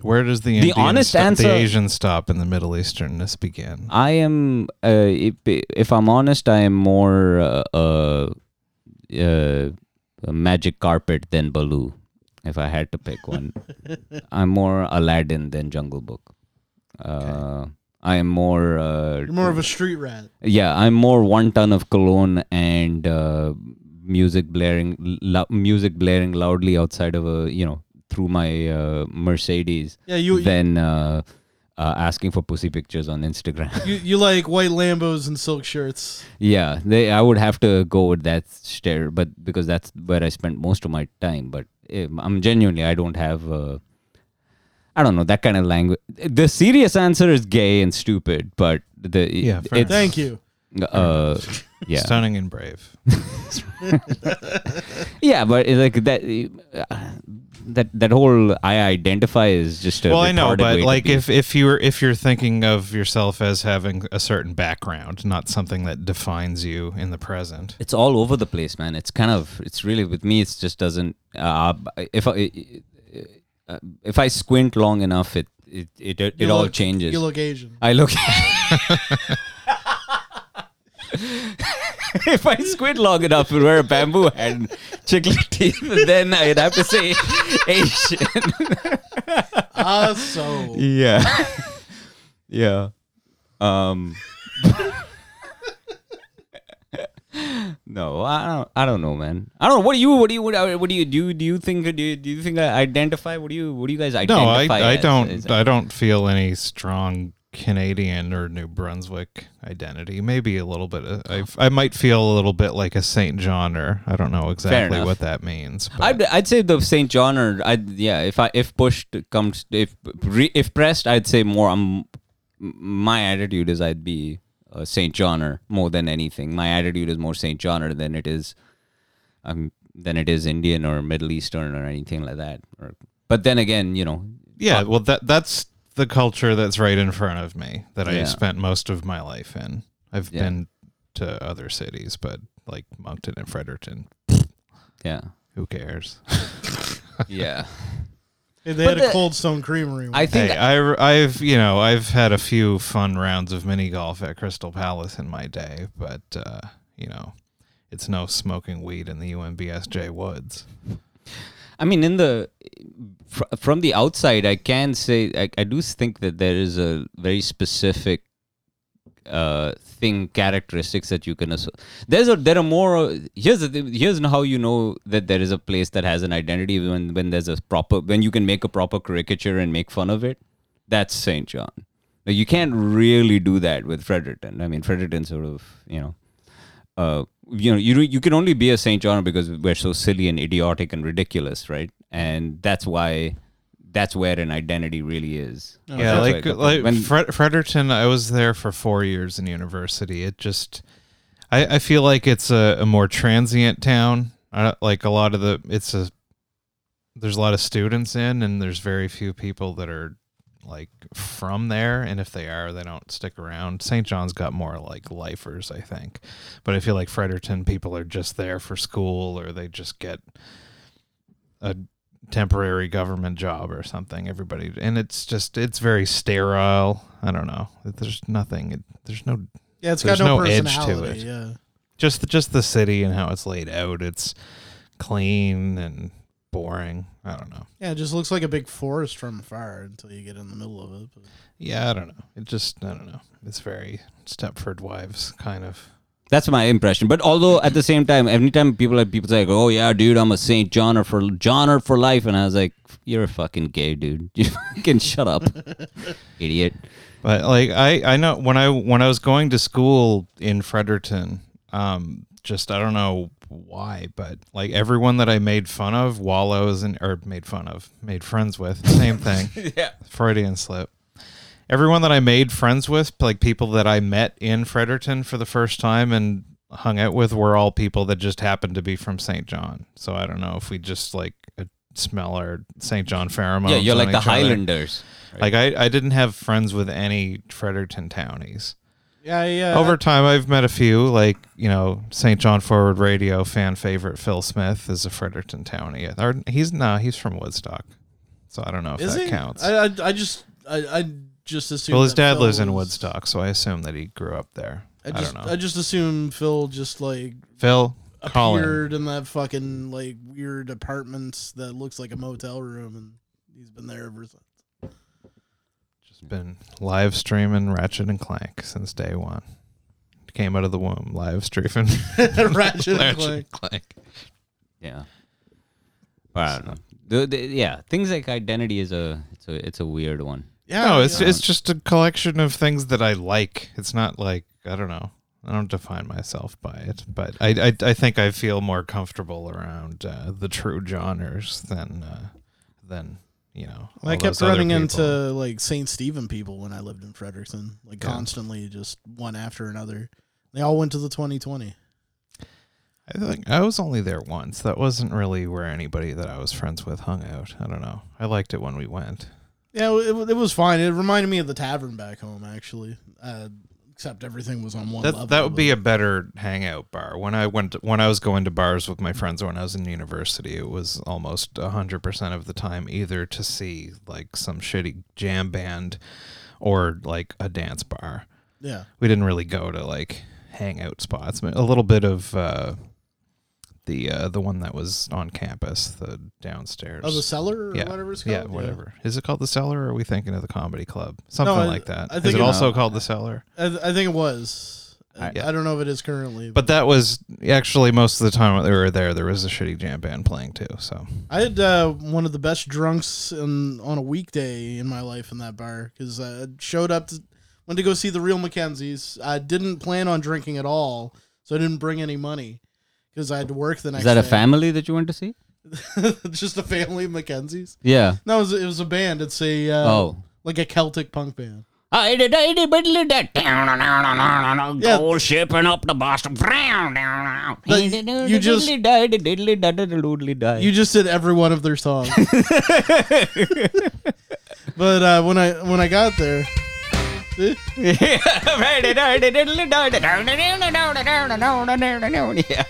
S2: Where does the Indian
S3: honest
S2: sto-
S3: answer-
S2: the Asian stop and the Middle Easternness begin?
S3: I am, uh, if, if I'm honest, I am more uh, uh, uh, uh, magic carpet than Baloo. If I had to pick one, I'm more Aladdin than Jungle Book. Uh, I am more. Uh,
S1: You're more of a street rat.
S3: yeah, I'm more one ton of cologne and uh, music blaring, lo- music blaring loudly outside of a you know through my uh, Mercedes
S1: Yeah, you you,
S3: than uh, uh, asking for pussy pictures on Instagram.
S1: you you like white Lambos and silk shirts.
S3: yeah, they I would have to go with that stare, but because that's where I spent most of my time. But eh, I'm genuinely I don't have. Uh, I don't know that kind of language. The serious answer is gay and stupid, but the
S2: Yeah, fair
S3: it's-
S1: Thank you.
S3: Uh, yeah,
S2: Stunning and brave.
S3: Yeah, but it's like that. Uh, that that whole I identify is just a
S2: well, I know,
S3: retarded way
S2: but
S3: to
S2: like
S3: be.
S2: if if you're if you're thinking of yourself as having a certain background, not something that defines you in the present.
S3: it's all over the place, man. It's kind of it's really with me. It's just doesn't. Uh, if I uh, if I squint long enough, it it it, it,
S1: You
S3: all
S1: look-
S3: changes.
S1: You look Asian.
S3: I look. if I squint long enough and wear a bamboo hat and chicklet teeth, then I'd have to say Asian.
S1: Ah, so
S3: Yeah. yeah. Um No, I don't I don't know, man. I don't know. What do you what do you what, do you- what do you do you- do you think do you, do you think I identify? What do you what do you guys
S2: No,
S3: identify?
S2: I I
S3: as? Is
S2: don't
S3: that-
S2: I don't feel any strong Canadian or New Brunswick identity. Maybe a little bit. Of, I I might feel a little bit like a Saint John or I don't know exactly
S3: enough.
S2: what that means. But
S3: I'd, I'd say the Saint John or I yeah if I if pushed comes if re, if pressed I'd say more um my attitude is I'd be a Saint John or more than anything my attitude is more Saint John or than it is um than it is Indian or Middle Eastern or anything like that or but then again you know
S2: yeah, well that that's the culture that's right in front of me that I
S3: Yeah.
S2: spent most of my life in. I've
S3: Yeah.
S2: been to other cities, but like Moncton and Fredericton,
S3: yeah
S2: who cares?
S3: yeah
S1: Hey, they
S3: But
S1: had a
S3: the-
S1: Cold Stone Creamery.
S3: I
S1: One.
S3: think
S2: Hey, I, have you know I've had a few fun rounds of mini golf at Crystal Palace in my day, but uh, you know it's no smoking weed in the UMBSJ woods.
S3: I mean, in the fr- from the outside, I can say I, I do think that there is a very specific uh, thing characteristics that you can. Asso- There's a there are more. uh, Here's the thing, here's how you know that there is a place that has an identity when when there's a proper when you can make a proper caricature and make fun of it. That's Saint John. Now, you can't really do that with Fredericton. I mean, Fredericton sort of you know uh, you know, you re- you can only be a Saint John because we're so silly and idiotic and ridiculous, right? And that's why that's where an identity really is.
S2: yeah,
S3: Oh, That's why
S2: like
S3: it-
S2: like
S3: when-
S2: Fred- Fredericton, I was there for four years in university. It just, I, I feel like it's a, a more transient town. I don't, like a lot of the, it's a, there's a lot of students in, and there's very few people that are like from there. And if they are, they don't stick around. St. John's got more like lifers, I think. But I feel like Fredericton people are just there for school, or they just get a temporary government job or something. Everybody, and it's just it's very sterile. I don't know. There's nothing. There's no
S1: yeah, it's got
S2: there's
S1: no,
S2: no edge to
S1: personality.
S2: it.
S1: Yeah,
S2: just just the city and how it's laid out. It's clean and boring. I don't know.
S1: yeah, it just looks like a big forest from far until you get in the middle of it. But
S2: Yeah, I don't know. It just I don't know. It's very Stepford Wives kind of.
S3: That's my impression. But although at the same time, every time people are people say, like, "Oh yeah, dude, I'm a Saint John or for John or for life," and I was like, "You're a fucking gay dude. You fucking shut up, idiot."
S2: But like I I know when I when I was going to school in Fredericton, um, just I don't know why, but like everyone that I made fun of, wallows and or made fun of, made friends with, same thing. yeah, Freudian slip. Everyone that I made friends with, like people that I met in Fredericton for the first time and hung out with, were all people that just happened to be from St. John. So I don't know if we just like uh, smell our St. John pheromones.
S3: yeah, you're
S2: on
S3: like the
S2: each other.
S3: Highlanders.
S2: Like I, I didn't have friends with any Fredericton townies.
S1: yeah, yeah.
S2: Over time, I've met a few, like you know, St. John Forward Radio fan favorite Phil Smith is a Fredericton townie. Or he's no, he's from Woodstock, so I don't know if
S1: is
S2: that
S1: it?
S2: counts.
S1: I, I, I just, I, I just assume.
S2: well, his
S1: that
S2: dad
S1: Phil
S2: lives in
S1: was-
S2: Woodstock, so I assume that he grew up there. I,
S1: I just,
S2: don't
S1: I,
S2: know.
S1: just assume Phil just like
S2: Phil, Colin.
S1: appeared in that fucking like weird apartment that looks like a motel room, and he's been there ever since.
S2: Just been live streaming Ratchet and Clank since day one. Came out of the womb, live streaming
S1: Ratchet and Clank.
S2: Clank.
S3: Yeah. Well, I don't know. The- the- yeah, things like identity is a it's a it's a weird one.
S1: Yeah,
S2: no, it's
S1: yeah.
S2: it's just a collection of things that I like. It's not like I don't know. I don't define myself by it, but I I, I think I feel more comfortable around uh, the true genres than uh, than you know.
S1: I
S2: all
S1: kept
S2: those other
S1: running
S2: people.
S1: into like St. Stephen people when I lived in Fredericton, like
S2: Yeah.
S1: constantly, just one after another. They all went to the 2020.
S2: I think I was only there once. That wasn't really where anybody that I was friends with hung out. I don't know. I liked it when we went.
S1: Yeah, it, wa- it was fine. It reminded me of the tavern back home, actually. Uh, except everything was on one level.
S2: That that would be a better hangout bar. When I went when I was going to bars with my friends when I was in university, it was almost 100% of the time either to see like some shitty jam band or like a dance bar.
S1: but- yeah.
S2: We didn't really go to like hangout spots. I mean, a little bit of uh the uh, the one that was on campus, the downstairs.
S1: Oh, the cellar or
S2: yeah.
S1: whatever it's called.
S2: yeah, whatever. Is it called the cellar or are we thinking of the comedy club? Something
S1: I-
S2: like that.
S1: I
S2: Is
S1: think
S2: it
S1: it-
S2: also called the cellar?
S1: I, th- I think it was. I,
S2: Yeah.
S1: I don't know if it is currently,
S2: But that was actually most of the time we were there. There was a shitty jam band playing too. So
S1: I had uh, one of the best drunks in, on a weekday in my life in that bar because I showed up, to, went to go see the Real Mackenzies. I didn't plan on drinking at all, so I didn't bring any money because I had to work the next.
S3: Is that a
S1: day.
S3: family that you want to see?
S1: Just a family of Mackenzies.
S3: Yeah.
S1: No, it was, it was a band. It's a uh,
S3: Oh.
S1: like a Celtic punk band.
S3: I did, I did, but did that.
S1: Yeah.
S3: Gold shipping up the Boston.
S1: you just- You just did every one of their songs. but uh, when I when I got there, eh,
S3: yeah,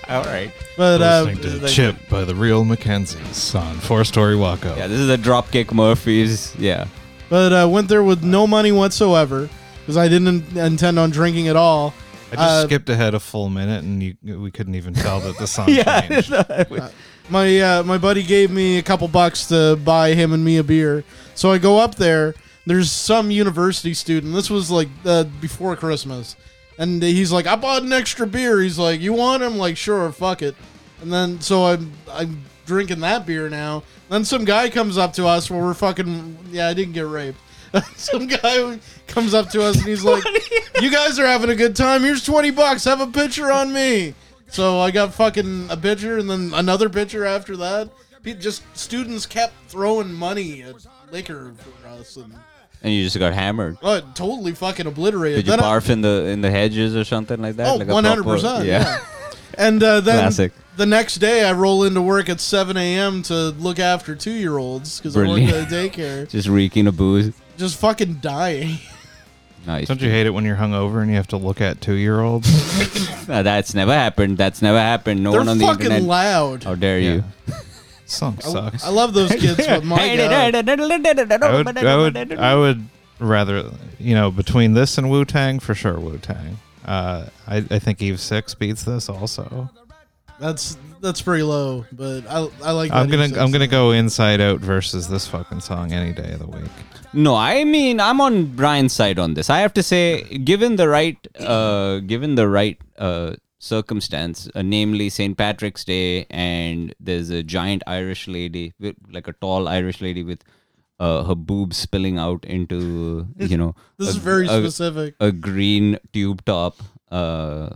S3: all right.
S1: but uh,
S2: Chip by the Real Mackenzies on Four Story Walkout.
S3: Yeah, this is the Dropkick Murphys. Yeah.
S1: but uh, went there with no money whatsoever because I didn't intend on drinking at all.
S2: I just
S1: Uh,
S2: skipped ahead a full minute, and you, we couldn't even tell that the song changed.
S1: My uh, my buddy gave me a couple bucks to buy him and me a beer, so I go up there. There's some university student. This was like uh, before Christmas, and he's like, "I bought an extra beer." He's like, "You want?" I'm like, "Sure, fuck it." And then so I'm I'm drinking that beer now. Then some guy comes up to us where we're fucking yeah, I didn't get raped. some guy comes up to us and he's like, "You guys are having a good time. Here's twenty bucks. Have a picture on me." So I got fucking a picture and then another picture after that. Pe- Just students kept throwing money at liquor for us and
S3: And you just got hammered.
S1: oh, totally fucking obliterated.
S3: Did you
S1: Then I-
S3: barf in the in the hedges or something like that?
S1: Oh,
S3: Like a
S1: 100%.
S3: proper-
S1: yeah. And uh, then
S3: Classic.
S1: the next day, I roll into work at 7 a.m. to look after two year olds because I work
S3: Brilliant.
S1: at a daycare.
S3: Just reeking of booze.
S1: Just fucking dying.
S3: Nice.
S2: Don't you hate it when you're hungover and you have to look at two year olds?
S3: No, that's never happened. That's never happened. No
S1: They're
S3: one on the internet. Oh,
S1: fucking loud.
S3: How dare you?
S2: song
S1: Oh,
S2: sucks.
S1: I love those kids, but my God.
S3: oh,
S2: I would, I would, I would rather, you know, between this and Wu Tang, for sure Wu Tang. Uh, I, I think Eve Six beats this also.
S1: That's that's pretty low, but I, I like that.
S2: I'm
S1: he
S2: gonna,
S1: says
S2: I'm gonna go Inside Out versus this fucking song any day of the week.
S3: No, I mean I'm on Brian's side on this. I have to say, given the right, uh, given the right uh, circumstance, uh, namely St. Patrick's Day, and there's a giant Irish lady, with, like a tall Irish lady with uh, her boobs spilling out into, you know,
S1: This
S3: a-
S1: is very
S3: a,
S1: specific.
S3: a green tube top. Uh,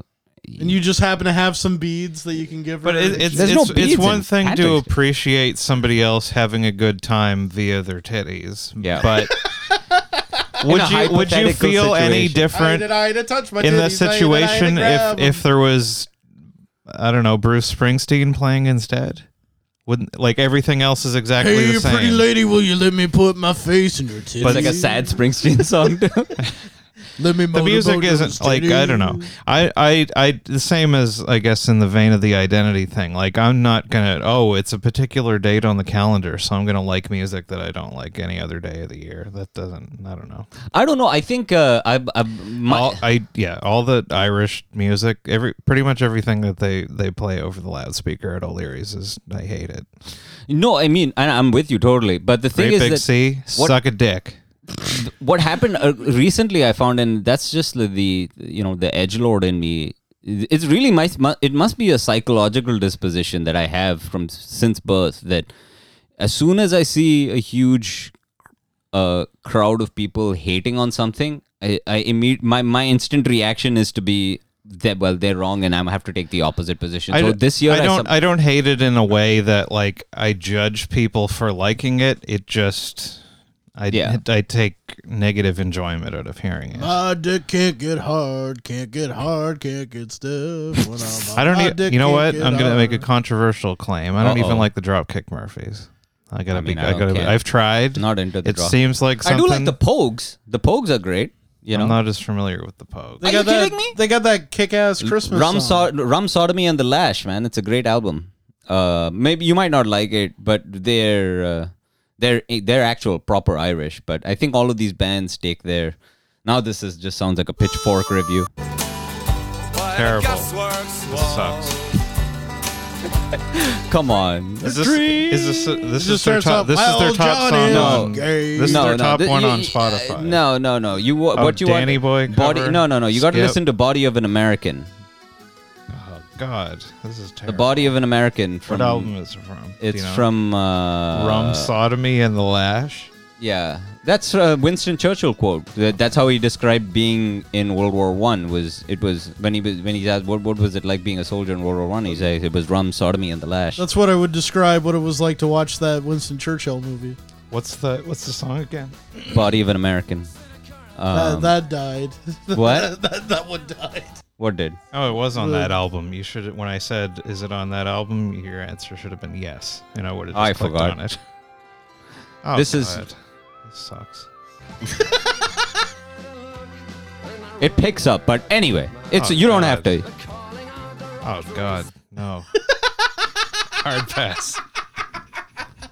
S1: and you just happen to have some beads that you can give her.
S2: But it, it's
S3: There's no
S2: it's, it's
S3: beads
S2: one
S3: in
S2: thing to
S3: Patrick's Day.
S2: appreciate somebody else having a good time via their titties.
S3: Yeah.
S2: But would
S3: a
S2: you would you
S3: hypothetical
S2: feel any
S3: situation.
S1: I
S2: different
S1: did I to touch my
S2: in
S1: titties, I
S2: this
S1: did I to
S2: situation
S1: grab
S2: if
S1: 'em.
S2: if there was I don't know Bruce Springsteen playing instead? Wouldn't like everything else is exactly
S1: Hey,
S2: the
S1: you pretty
S2: same.
S1: lady, will you let me put my face in your titties?
S3: it's like a sad Springsteen song.
S1: Let me
S2: the music isn't like I don't know. I, I I the same as I guess in the vein of the identity thing. Like I'm not gonna oh it's a particular date on the calendar, so I'm gonna like music that I don't like any other day of the year. That doesn't I don't know.
S3: I don't know. I think uh, I, I my,
S2: all, I yeah all the Irish music every pretty much everything that they they play over the loudspeaker at O'Leary's is I hate it.
S3: no. I mean, and I'm with you totally. But the thing
S2: Great
S3: is
S2: big
S3: that
S2: C
S3: what-
S2: suck a dick.
S3: what happened uh, recently i found and that's just the, the you know the edge lord in me it's really my it must be a psychological disposition that i have from since birth that as soon as i see a huge uh, crowd of people hating on something i i imme- my my instant reaction is to be that well they're wrong and i have to take the opposite position so
S2: d-
S3: this year
S2: I don't
S3: some-
S2: I don't hate it in a way that like I judge people for liking it. It just I
S3: Yeah.
S2: I take negative enjoyment out of hearing it.
S1: My dick can't get hard, can't get hard, can't get stiff. When I'm
S2: I don't
S1: my
S2: even
S1: dick
S2: you know
S1: can't
S2: what?
S1: get
S2: I'm going to make a
S1: hard.
S2: controversial claim. I don't
S3: Uh-oh.
S2: even like the Dropkick Murphys. I got to
S3: I
S2: be
S3: mean, I
S2: I
S3: don't
S2: got to
S3: care.
S2: I've tried.
S3: not into the
S2: it
S3: draw.
S2: seems like
S3: i
S2: something
S3: do like the pogues the pogues are great you know
S2: I'm not as familiar with the Pogue.
S1: They
S3: Are
S1: got
S3: you
S1: that,
S3: kidding me?
S1: They got that kick-ass Christmas
S3: Rum,
S1: song.
S3: so- Rum Sodomy and the Lash, man. It's a great album. Uh, maybe you might not like it, but they're uh, they're they're actual proper Irish. But I think all of these bands take their. Now this is just sounds like a pitchfork review.
S2: Terrible. This sucks.
S3: Come on.
S2: Is this is this this is their
S1: starts
S2: top
S1: off,
S2: this is
S1: "My
S2: their
S1: old
S2: top song
S1: Johnny
S3: is
S2: on
S1: gay."
S2: This is
S3: no,
S2: their
S3: no,
S2: top
S3: th-
S2: one
S3: you-
S2: on
S3: you-
S2: Spotify.
S3: uh, no, no, no. You wa-
S2: Oh,
S3: what you
S2: Danny Boy
S3: want? Body?
S2: cover?
S3: No, no, no. You got to
S2: Skip.
S3: listen to Body of an American.
S2: Oh God, this is
S3: The
S2: terrible.
S3: Body of an American
S2: What
S3: from
S2: album is it from? Do
S3: it's
S2: you know?
S3: from uh,
S2: Rum Sodomy and the Lash.
S3: Yeah, that's a Winston Churchill quote. That- That's how he described being in World War One. Was it was when he was when he asked what what was it like being a soldier in World War One? He said it was rum, sodomy, and the lash.
S1: That's what I would describe what it was like to watch that Winston Churchill movie.
S2: What's the What's the song again?
S3: Body of an American.
S1: That-
S3: Um,
S1: that died.
S3: what?
S1: that, that one died.
S3: What did?
S2: Oh, it was on that album. You should. When I said, "Is it on that album?" Your answer should have been yes, and I would have. Just
S3: I
S2: clicked
S3: forgot.
S2: on it. Oh,
S3: This is-
S2: God. This sucks.
S3: It picks up, but anyway, it's
S2: Oh,
S3: you don't
S2: God.
S3: have to.
S2: Oh God, no. Hard pass.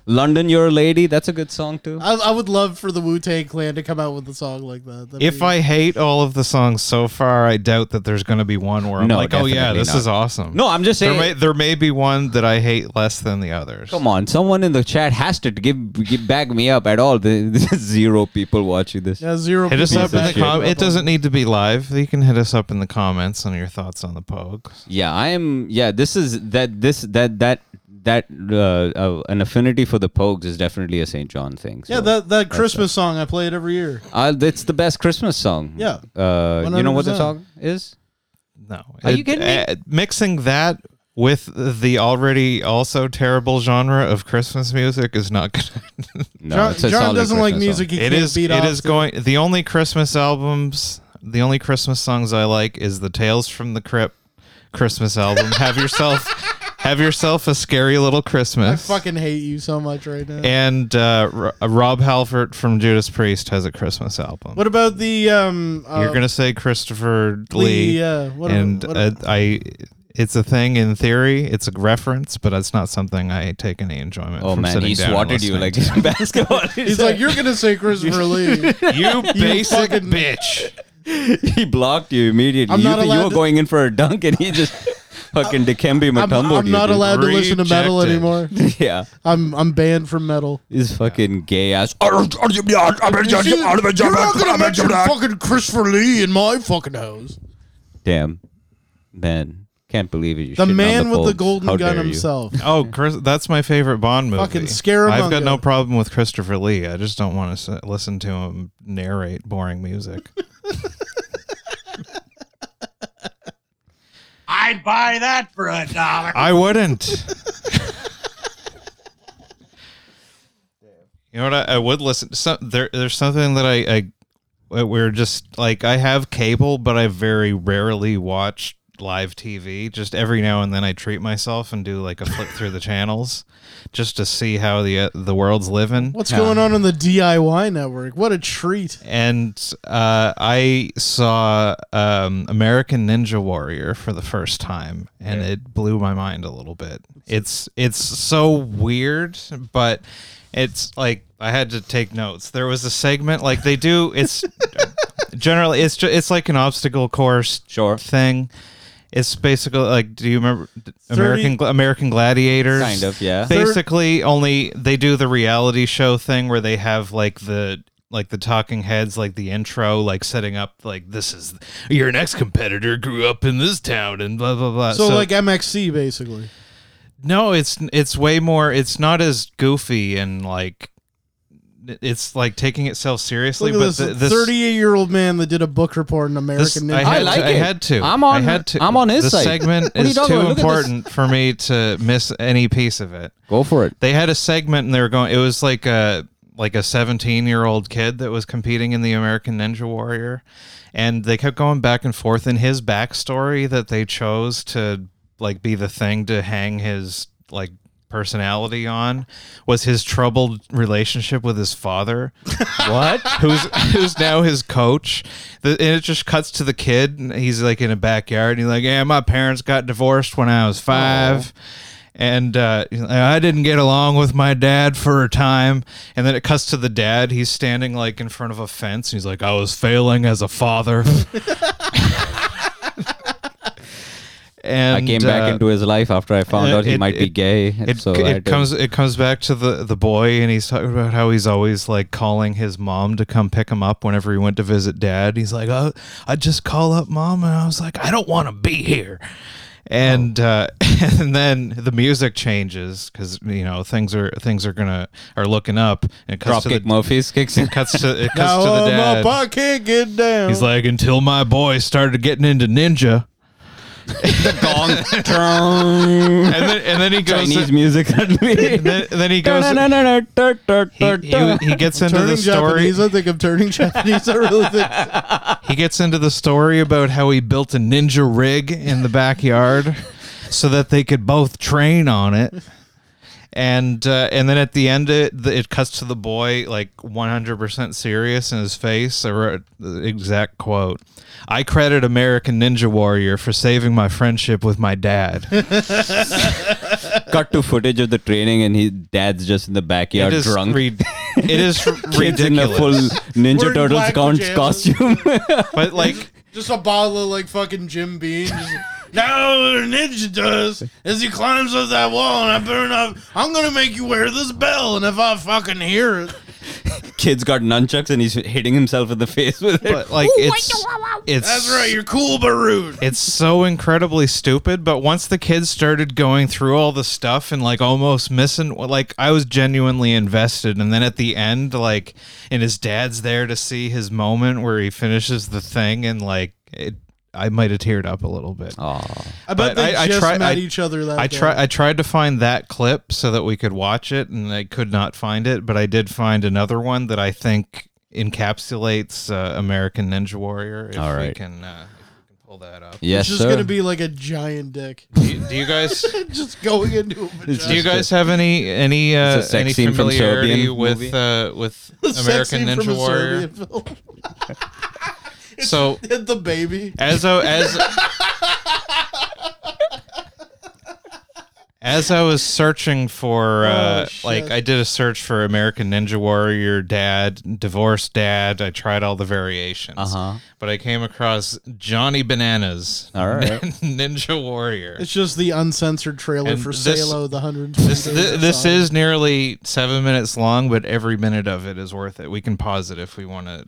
S3: London, you're a lady. That's a good song too.
S1: I, I would love for the Wu Tang Clan to come out with a song like that. That'd
S2: If
S1: be-
S2: I hate all of the songs so far, I doubt that there's going to be one where I'm
S3: No,
S2: like, "Oh yeah,
S3: definitely
S2: this
S3: not.
S2: is awesome."
S3: No, I'm just
S2: there
S3: saying.
S2: may there may be one that I hate less than the others.
S3: Come on, someone in the chat has to give, give back me up at all. There's zero people watching this.
S1: yeah, zero.
S2: Hit us
S1: people
S2: up in the
S1: back me
S2: com-
S1: up
S2: It
S1: on
S2: doesn't need to be live. You can hit us up in the comments on your thoughts on the Pogue.
S3: Yeah, I am. Yeah, this is that this that that that uh, uh, an affinity for the Pogues is definitely a St. John thing.
S1: Yeah,
S3: so
S1: that that Christmas song I play it every year.
S3: uh, it's the best Christmas song.
S1: Yeah,
S3: uh, you know what the
S1: 100%.
S3: song is?
S2: No. eh,
S3: Are you kidding me?
S2: mixing that with the already also terrible genre of Christmas music is not gonna.
S3: No,
S1: John,
S3: it's a
S1: John
S3: solid
S1: doesn't like
S3: Christmas
S1: music.
S3: song.
S1: He
S2: it
S1: can't
S2: is.
S1: Beat
S2: It
S1: off
S2: is
S1: to.
S2: going. The only Christmas albums. The only Christmas songs I like is the Tales from the Crypt Christmas album. have yourself. Have yourself a scary little
S1: I
S2: Christmas.
S1: fucking hate you so much right now.
S2: and uh, R- Rob Halford from Judas Priest has a Christmas album.
S1: what about the um? Uh,
S2: You're gonna say Christopher Lee,
S1: Lee, yeah, what-
S2: and
S1: what-
S2: uh, I. It's a thing in theory. It's a reference, but it's not something I take any enjoyment.
S3: Oh
S2: from
S3: man,
S2: sitting
S3: he
S2: down and
S3: swatted you
S2: listening
S3: like basketball.
S1: He's like, you're gonna say Christopher Lee.
S2: to. you basic
S1: fucking-
S2: bitch.
S3: he blocked you immediately.
S1: I'm
S3: you
S1: not
S3: th- you
S1: allowed
S3: were
S1: to-
S3: going in for a dunk, and he just fucking Dikembe
S1: I'm,
S3: Mutombo.
S1: I'm not allowed to listen to metal
S2: Rejected.
S1: anymore.
S3: yeah,
S1: I'm I'm banned from metal.
S3: he's fucking gay ass.
S1: You're not gonna mention fucking Christopher Lee in my fucking house.
S3: Damn, man, can't believe it. You
S1: The
S3: shitting on
S1: man with the
S3: Pogues.
S1: golden
S3: How
S1: gun
S3: dare you.
S1: himself.
S2: Oh, Chris, that's my favorite Bond movie.
S1: Fucking Scaramanga.
S2: I've got no problem with Christopher Lee. I just don't want to s- listen to him narrate boring music.
S7: I'd buy that for a dollar.
S2: I wouldn't. you know what? I, I would listen. So, there, there's something that I, I, we're just like I have cable, but I very rarely watch live TV. Just every now and then, I treat myself and do like a flip through the channels, just to see how the uh, the world's living.
S1: What's going on on the DIY network? What a treat.
S2: And uh, I saw um, American Ninja Warrior for the first time, and it blew my mind a little bit. It's it's so weird, but it's like I had to take notes. There was a segment like they do. It's generally it's just, it's like an obstacle course
S3: Sure.
S2: thing. It's basically like do you remember American Gla- American Gladiators?
S3: Kind of, yeah.
S2: Basically, only they do the reality show thing where they have like the like the talking heads, like the intro, like setting up like this is your next competitor grew up in this town and blah blah blah.
S1: So, like MXC, basically.
S2: no, it's it's way more. It's not as goofy and like it's like taking itself seriously.
S1: Look at
S2: but
S1: this
S2: the- this
S1: 38 year old man that did a book report in
S2: this-
S1: American
S2: I,
S1: Ninja.
S2: had
S3: like
S2: to, I
S3: it.
S2: had to.
S3: I'm on-
S2: I had to.
S3: I'm on his
S2: The
S3: side.
S2: segment
S3: What are you
S2: is
S3: talking
S2: too
S3: about? Look at this.
S2: important for me to miss any piece of it.
S3: Go for it.
S2: They had a segment and they were going. It was like a like a 17 year old kid that was competing in the American Ninja Warrior, and they kept going back and forth in his backstory that they chose to like be the thing to hang his like personality on was his troubled relationship with his father what? Who's who's now his coach? The, and it just cuts to the kid, and he's like in a backyard, and he's like, "Yeah, my parents got divorced when I was five, and uh, he's like, I didn't get along with my dad for a time." And then it cuts to the dad. He's standing like in front of a fence. And he's like, "I was failing as a father." and
S3: I came back
S2: uh,
S3: into his life after I found
S2: it-
S3: out he
S2: Uh, it-
S3: might be
S2: it-
S3: gay. and
S2: it,
S3: so I
S2: it
S3: did-
S2: comes it comes back to the the boy and he's talking about how he's always like calling his mom to come pick him up whenever he went to visit dad he's like oh i just call up mom and i was like i don't want to be here and
S3: Oh.
S2: uh, and then the music changes because you know things are things are gonna are looking up and it cuts to
S3: Dropkick
S2: the
S3: Murphys kicks in.
S2: it cuts to it cuts to
S1: Now
S2: the
S1: I'm
S2: dad
S1: up, I can't get down.
S2: he's like until my boy started getting into ninja
S3: Gong.
S2: and then and then he goes
S3: Chinese music
S2: and then, and then he goes he, he,
S3: He
S2: he gets into
S1: turning
S2: the story
S1: Japanese. I think I'm turning Japanese. I really think.
S2: He gets into the story about how he built a ninja rig in the backyard so that they could both train on it. And uh, and then at the end, it, the- it cuts to the boy like 100% serious in his face. I wrote the exact quote I credit American Ninja Warrior for saving my friendship with my dad.
S3: cut to footage of the training, and his dad's just in the
S2: It
S3: backyard
S2: is,
S3: drunk.
S2: re- it is
S3: Kids in a full
S2: ridiculous.
S3: Ninja
S1: Wearing
S3: Turtles
S1: black
S3: con-
S1: pajamas.
S3: costume.
S2: But like,
S1: Just a bottle of like fucking Jim Beam. Just, now what a ninja does is he climbs up that wall and I burn up. I'm gonna make you wear this bell, and if I fucking hear it,
S3: Kids got nunchucks, and he's hitting himself in the face with it.
S2: but like it's, it's
S1: that's right, you're cool but rude.
S2: It's so incredibly stupid, but once the kids started going through all the stuff and like almost missing, like I was genuinely invested. And then at the end, like, and his dad's there to see his moment where he finishes the thing, and like, it, I might have teared up a little bit.
S3: Aw.
S1: I bet
S2: But
S1: they
S2: I- I
S1: just
S2: try-
S1: met
S2: I-
S1: each other that
S2: I
S1: day.
S2: try. I tried to find that clip so that we could watch it, and I could not find it. But I did find another one that I think encapsulates uh, American Ninja Warrior. If
S3: All
S2: we
S3: right.
S2: can, uh, if we can pull that up.
S3: Yes,
S1: It's just
S3: sir.
S1: gonna be like a giant dick,
S2: Do you- do you guys?
S1: just going into a
S3: It's
S2: Do you
S1: vagina.
S3: just-
S2: guys have any any uh,
S3: It's a sex
S2: any
S3: scene from
S2: familiarity
S3: Serbian
S2: with
S3: movie.
S2: uh, with
S1: The sex
S2: American
S1: scene from
S2: Ninja
S1: a
S2: Warrior?
S1: Serbian film.
S2: So
S1: Hit the baby.
S2: as I, as as I was searching for uh,
S1: Oh, shit.
S2: like I did a search for American Ninja Warrior dad divorced dad. I tried all the variations,
S3: Uh-huh.
S2: but I came across Johnny Bananas
S3: All right.
S2: Ninja Warrior.
S1: It's just the uncensored trailer
S2: And
S1: for
S2: this-
S1: Salo the hundred.
S2: This, this, this is nearly seven minutes long, but every minute of it is worth it. We can pause it if we want to,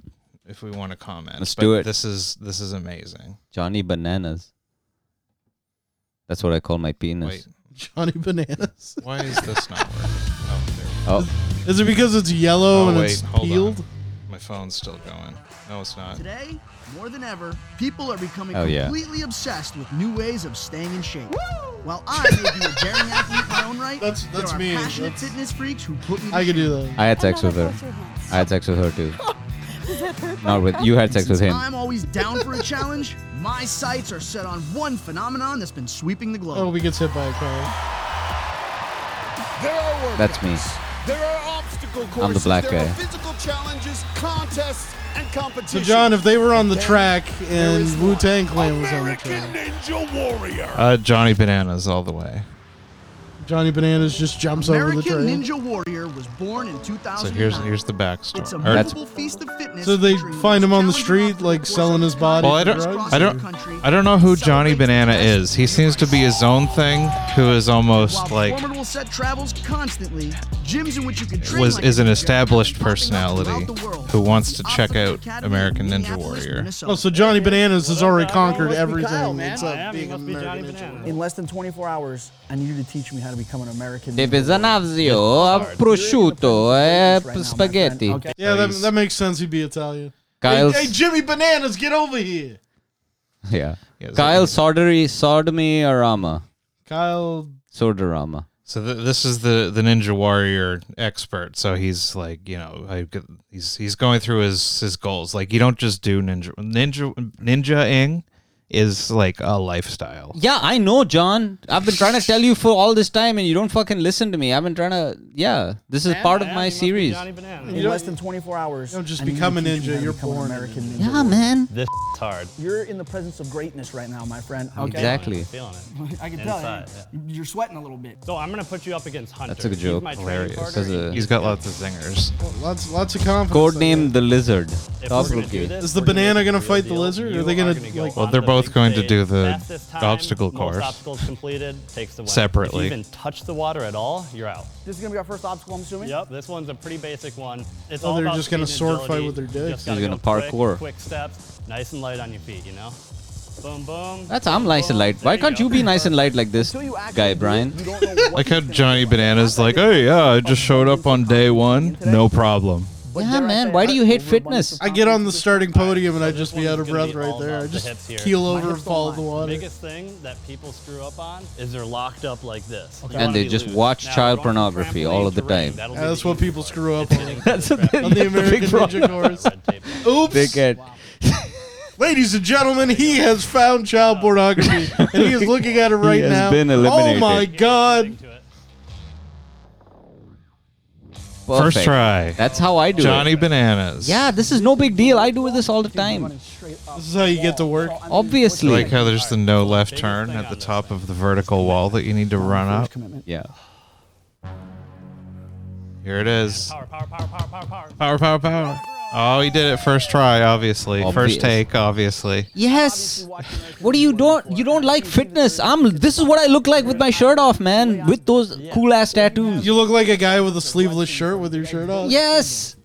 S2: if we want to comment.
S3: Let's
S2: But
S3: do it.
S2: This is this is amazing.
S3: Johnny Bananas. That's what I call my penis.
S2: Wait,
S1: Johnny Bananas.
S2: why is this not working? Oh, there.
S3: Oh,
S1: Is it because it's yellow
S2: Oh,
S1: and
S2: wait,
S1: it's
S2: hold on.
S1: peeled?
S2: My phone's still going. No, it's not.
S8: Today, more than ever, people are becoming
S3: Oh, yeah.
S8: completely obsessed with new ways of staying in shape. While I may be a daring athlete in my own right,
S1: That's- that's
S8: there are
S1: me.
S8: passionate
S1: That's-
S8: fitness freaks who put me to
S1: I could
S8: shame.
S1: do that.
S3: I had sex with her. I had sex with her too. Not with you had
S8: And
S3: sex with
S8: since
S3: him.
S8: I'm always down for a challenge. My sights are set on one phenomenon that's been sweeping the globe.
S1: Oh, we gets hit by a car.
S9: There are workouts.
S3: That's me.
S9: There are obstacle courses.
S3: the black
S9: there
S3: guy.
S9: Are physical challenges, contests, and
S1: So
S9: competitions.
S1: John, if they were on the
S9: There-
S1: track and
S9: is
S1: Wu Tang
S9: one.
S1: Clan was on the
S9: American
S1: track,
S9: Ninja Warrior.
S2: Uh, Johnny Bananas all the way.
S1: Johnny Bananas just jumps over the
S8: American
S1: train.
S8: Ninja Warrior was born in 2009.
S2: So here's here's the backstory.
S8: it's a
S2: Or-
S8: movable feast of fitness.
S1: So they
S8: featuring
S1: find him on the
S8: challenging
S1: street,
S8: obstacle
S1: like
S8: courses
S1: selling his
S8: and
S1: body
S2: Well, I
S1: for
S2: don't-
S1: drugs.
S2: I don't- I don't know who Johnny Banana is. He seems to be his own thing, who is
S8: While
S2: almost like
S8: formidable set travels constantly, gyms in which you can train
S2: was
S8: like
S2: is
S8: a
S2: an
S8: ninja
S2: established
S8: have been popping up
S2: personality
S8: throughout the world.
S2: who wants to
S8: The
S2: check
S8: Obstacle
S2: out
S8: Academy in
S2: American Ninja
S8: Minneapolis,
S2: Warrior.
S8: Minnesota.
S1: Oh, so Johnny Bananas has already
S10: Must
S1: conquered
S10: be Kyle,
S1: everything.
S10: man.
S1: It's up
S10: Miami
S1: being
S10: must be Johnny
S1: American.
S10: Banana.
S11: In less than 24 hours, I need you to teach me how to become an American.
S3: Di
S11: Ninja Warrior.
S3: Bisanazio, a prosciutto,
S11: You're
S3: eh,
S11: in the presence of this right now, my
S3: spaghetti.
S11: friend, okay?
S1: Yeah, that,
S2: Nice.
S1: that makes sense. He'd be Italian. Hey,
S3: Kyle's
S1: hey, Jimmy Bananas, get over here.
S3: yeah.
S2: Yeah, so-
S3: Kyle Sordery, Sodomy Arama,
S1: Kyle,
S3: Sorderama.
S2: So th- this is the the Ninja Warrior expert. So he's like, you know, I, g- he's he's going through his his goals. Like you don't just do ninja ninja ninjaing is like a lifestyle.
S3: Yeah, I know, John. I've been trying to tell you for all this time, and you don't fucking listen to me. I've been trying to. Yeah, this is part of
S10: Miami
S3: my
S10: must be
S3: series.
S10: Johnny Bananas.
S11: In
S1: don't-
S11: less than 24 hours,
S1: don't just
S11: I need you to
S1: become a
S11: teach me
S1: ninja,
S11: how to
S1: you're
S11: become an
S1: born a
S11: American Ninja
S3: Yeah,
S11: Warrior.
S3: man.
S10: This is hard.
S11: You're in the presence of greatness right now, my friend. Okay.
S3: Exactly.
S10: Feeling it.
S11: I can
S10: Inside,
S11: tell you, you're sweating a little bit.
S10: So I'm gonna put you up against Hunter.
S3: That's a good
S10: He's
S3: joke.
S10: my training
S2: Hilarious.
S10: partner.
S3: Because uh,
S2: He's got lots of zingers.
S1: lots lots of confidence.
S3: code
S1: I
S3: name
S1: guess.
S3: the lizard.
S10: If
S3: Top
S10: we're gonna do
S3: rookie.
S10: this,
S1: Is the
S10: we're gonna
S1: banana
S10: get
S1: gonna
S10: real
S1: fight the
S10: deal.
S1: lizard? Are
S10: You
S1: they gonna,
S10: go
S1: like-
S2: Well,
S10: on
S2: they're
S10: the
S2: both
S10: big
S2: going to
S10: stage.
S2: do the
S10: Fastest time,
S2: obstacle
S10: most
S2: course.
S10: obstacles completed takes the win.
S2: Separately.
S10: If you even touch the water at all, you're out.
S11: This is gonna be our first obstacle, I'm assuming.
S10: Yep, this one's a pretty basic one. It's
S1: Oh,
S10: all
S1: they're
S10: about
S1: just gonna
S10: speed and
S1: sword fight
S10: agility.
S1: with their
S10: You
S1: dicks.
S10: just
S3: He's
S10: gotta
S3: gonna
S10: go quick,
S3: parkour.
S10: Quick steps, nice and light on your feet. You know, boom, boom.
S3: That's I'm nice and
S10: boom.
S3: light. Why
S10: There
S3: can't you
S10: go.
S3: be nice and light like this
S11: Until you actually
S3: guy,
S11: do it,
S3: Brian?
S11: you don't know what
S2: Like
S11: you're
S2: how
S11: gonna
S2: Johnny
S11: do.
S2: Bananas like, oh yeah, I just showed up on day one, no problem.
S11: But
S3: Yeah,
S11: dare I
S3: man,
S11: say,
S3: why do
S11: I
S3: you hate
S11: overabundance
S3: fitness?
S11: of
S1: I get on the
S11: confidence.
S1: starting podium and I
S10: so
S1: just
S10: this
S1: be
S10: one's
S1: out of
S10: gonna
S1: breath
S10: be
S1: right
S10: all
S1: there.
S10: about
S1: I
S10: the hips
S1: just
S10: here.
S1: keel
S10: My
S1: over and
S11: hips don't
S1: fall in
S11: lie.
S1: the
S10: The
S1: water.
S10: biggest thing that people screw up on is they're locked up like this. You
S3: And
S10: wanna
S3: they
S10: be
S3: just
S10: loose.
S3: watch
S10: Now,
S3: child
S10: we're going from
S3: pornography all
S10: trampoline
S3: of the
S10: to ring.
S3: time.
S10: That'll
S1: Yeah,
S10: be
S1: that's
S10: the
S1: what
S10: easy
S1: people
S10: part.
S1: screw up
S10: It's
S1: on.
S10: getting to
S3: That's
S10: the
S3: the thing.
S10: crap.
S1: On the
S3: That's the big
S1: American Ninja Chorus.
S10: Red tape.
S1: Oops.
S3: They get
S1: Ladies and gentlemen, he has found child pornography and he is looking at it right
S3: has
S1: now.
S3: been
S1: Oh my
S3: eliminated.
S1: god.
S10: To it.
S2: First
S3: Perfect.
S2: try,
S3: That's how I do
S2: Johnny
S3: it.
S2: Bananas.
S3: Yeah, this is no big deal. I do this all the time.
S11: running straight up
S1: This is how you get to work.
S11: I mean,
S3: Obviously.
S2: Like how there's the no left turn at the top of the vertical wall that you need to run
S11: first
S2: up.
S11: commitment.
S3: Yeah.
S2: Here it is.
S10: Power, power, power, power, power, power.
S2: Power, power, power. Oh, he did it first try, obviously.
S3: Obvious.
S2: First take, obviously.
S3: Yes. What do you don't? You don't like fitness. I'm. This is what I look like with my shirt off, man. With those cool ass tattoos.
S1: You look like a guy with a sleeveless shirt with your shirt off.
S3: Yes.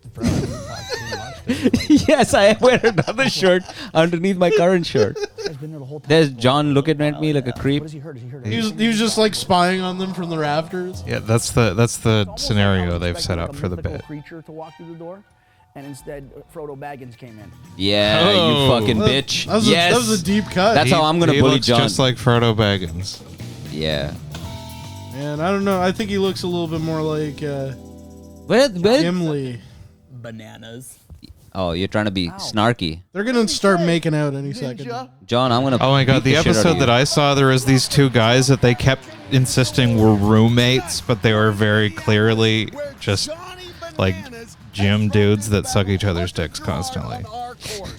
S3: yes, I wear another shirt underneath my current shirt.
S11: He's been there the whole time.
S3: There's John looking at me like a
S11: What
S3: creep.
S11: has he heard? Has he heard?
S1: He was, he was just like spying on them from the rafters.
S2: Yeah, that's the that's the
S11: Almost like I was
S2: scenario they've
S11: expecting,
S2: set
S11: like,
S2: up
S11: a
S2: for the
S11: mythical
S2: bit.
S11: Creature to walk through the door, and instead uh, Frodo Baggins came in.
S3: Yeah,
S2: Oh.
S3: you fucking
S1: That-
S3: bitch.
S1: That was,
S3: yes.
S1: a, that was a deep cut.
S3: That's
S2: He-
S3: how I'm gonna
S2: he
S3: bully
S2: looks
S3: John.
S2: Just like Frodo Baggins.
S3: yeah.
S1: Man, I don't know. I think he looks a little bit more like uh,
S3: Where, where?
S1: Gimli.
S11: Bananas.
S3: Oh, you're trying to be snarky,
S1: They're gonna start making out any second.
S3: John. I'm gonna.
S2: Oh my god,
S3: beat
S2: the
S3: shit out of
S2: episode
S3: you.
S2: that I saw, there was these two guys that they kept insisting were roommates, but they were very clearly just like gym dudes that suck each other's dicks constantly.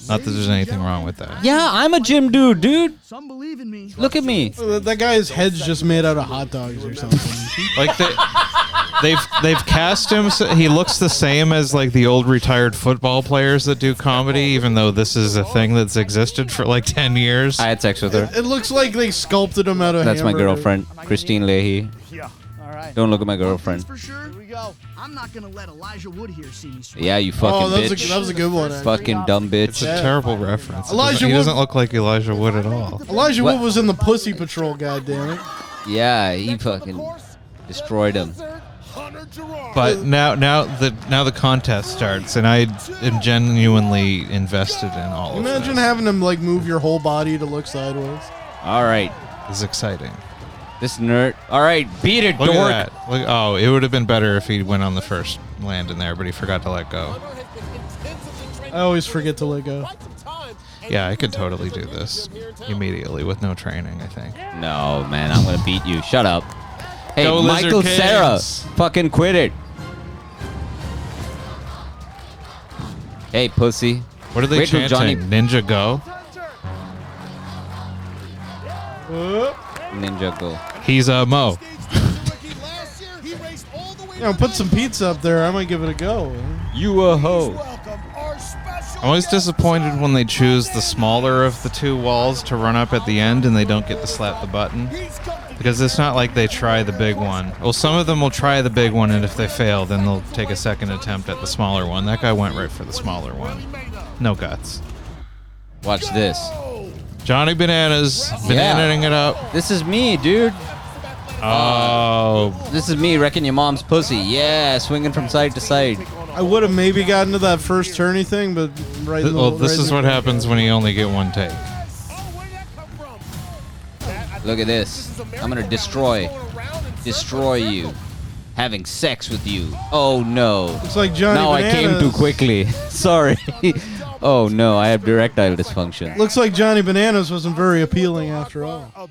S2: Not that there's anything wrong with that.
S3: Yeah, I'm a gym dude, dude.
S8: Some believe in me.
S3: Look at me.
S1: Oh, That, that guy's head's just made out of hot dogs or something.
S2: Like they, they've they've cast him. So he looks the same as like the old retired football players that do comedy, even though this is a thing that's existed for like ten years.
S3: I had sex with her.
S1: it looks like they sculpted him out of.
S3: That's my
S1: hamburger.
S3: girlfriend, Christine Leahy.
S11: Yeah. All right.
S3: Don't look at my
S8: That's
S3: girlfriend.
S8: for sure.
S11: we go.
S8: I'm not gonna let Elijah Wood here see me sweat.
S3: Yeah, you fucking
S1: Oh, that was, a,
S3: bitch.
S1: that was a good one. actually.
S3: fucking dumb bitch.
S2: It's a terrible reference. It
S1: Elijah
S2: doesn't- he
S1: Wood-
S2: doesn't look like Elijah Wood at all.
S1: Elijah
S3: What?
S1: Wood was in the Pussy Patrol. Goddamn it!
S3: Yeah, he fucking destroyed him.
S2: But now, now the now the contest starts, and I am genuinely invested in
S3: Oh,
S2: all of
S1: Imagine
S2: this.
S1: having him like move your whole body to look sideways.
S3: All right,
S2: It's exciting.
S3: this nerd. All right, beat it,
S2: Look
S3: dork.
S2: at that. Look, oh, it would have been better if he went on the first land in there, but he forgot to let go.
S1: I always forget to let go.
S2: Yeah, I could totally do this immediately with no training, I think.
S3: No, man, I'm gonna beat you. Shut up. Hey,
S2: Go Lizard
S3: Michael
S2: Kings.
S3: Sarah, fucking quit it. Hey, pussy.
S2: What are they
S3: Wait till
S2: chanting?
S3: Johnny-
S2: Ninja go?
S3: Ninja go.
S2: He's a Mo.
S1: You know, put some pizza up there. I might give it a go.
S3: You a hoe.
S2: I'm always disappointed when they choose the smaller of the two walls to run up at the end and they don't get to slap the button. Because it's not like they try the big one. Well, some of them will try the big one, and if they fail, then they'll take a second attempt at the smaller one. That guy went right for the smaller one. No guts.
S3: Watch this.
S2: Johnny Bananas, bananaing it up.
S3: This is me, dude.
S2: Oh.
S3: This is me wrecking your mom's pussy. Yeah, swinging from side to side.
S1: I would have maybe gotten to that first turny thing, but right. in
S2: Th-
S1: the,
S2: well, Oh, this
S1: right
S2: is
S1: in
S2: what
S1: the-
S2: happens when you only get one take.
S3: Look at this. I'm gonna destroy, destroy you, having sex with you. Oh no.
S1: It's like Johnny
S3: No, I came too
S1: Bananas.
S3: quickly. Sorry. oh no, I have erectile dysfunction.
S1: Looks like Johnny Bananas wasn't very appealing after all.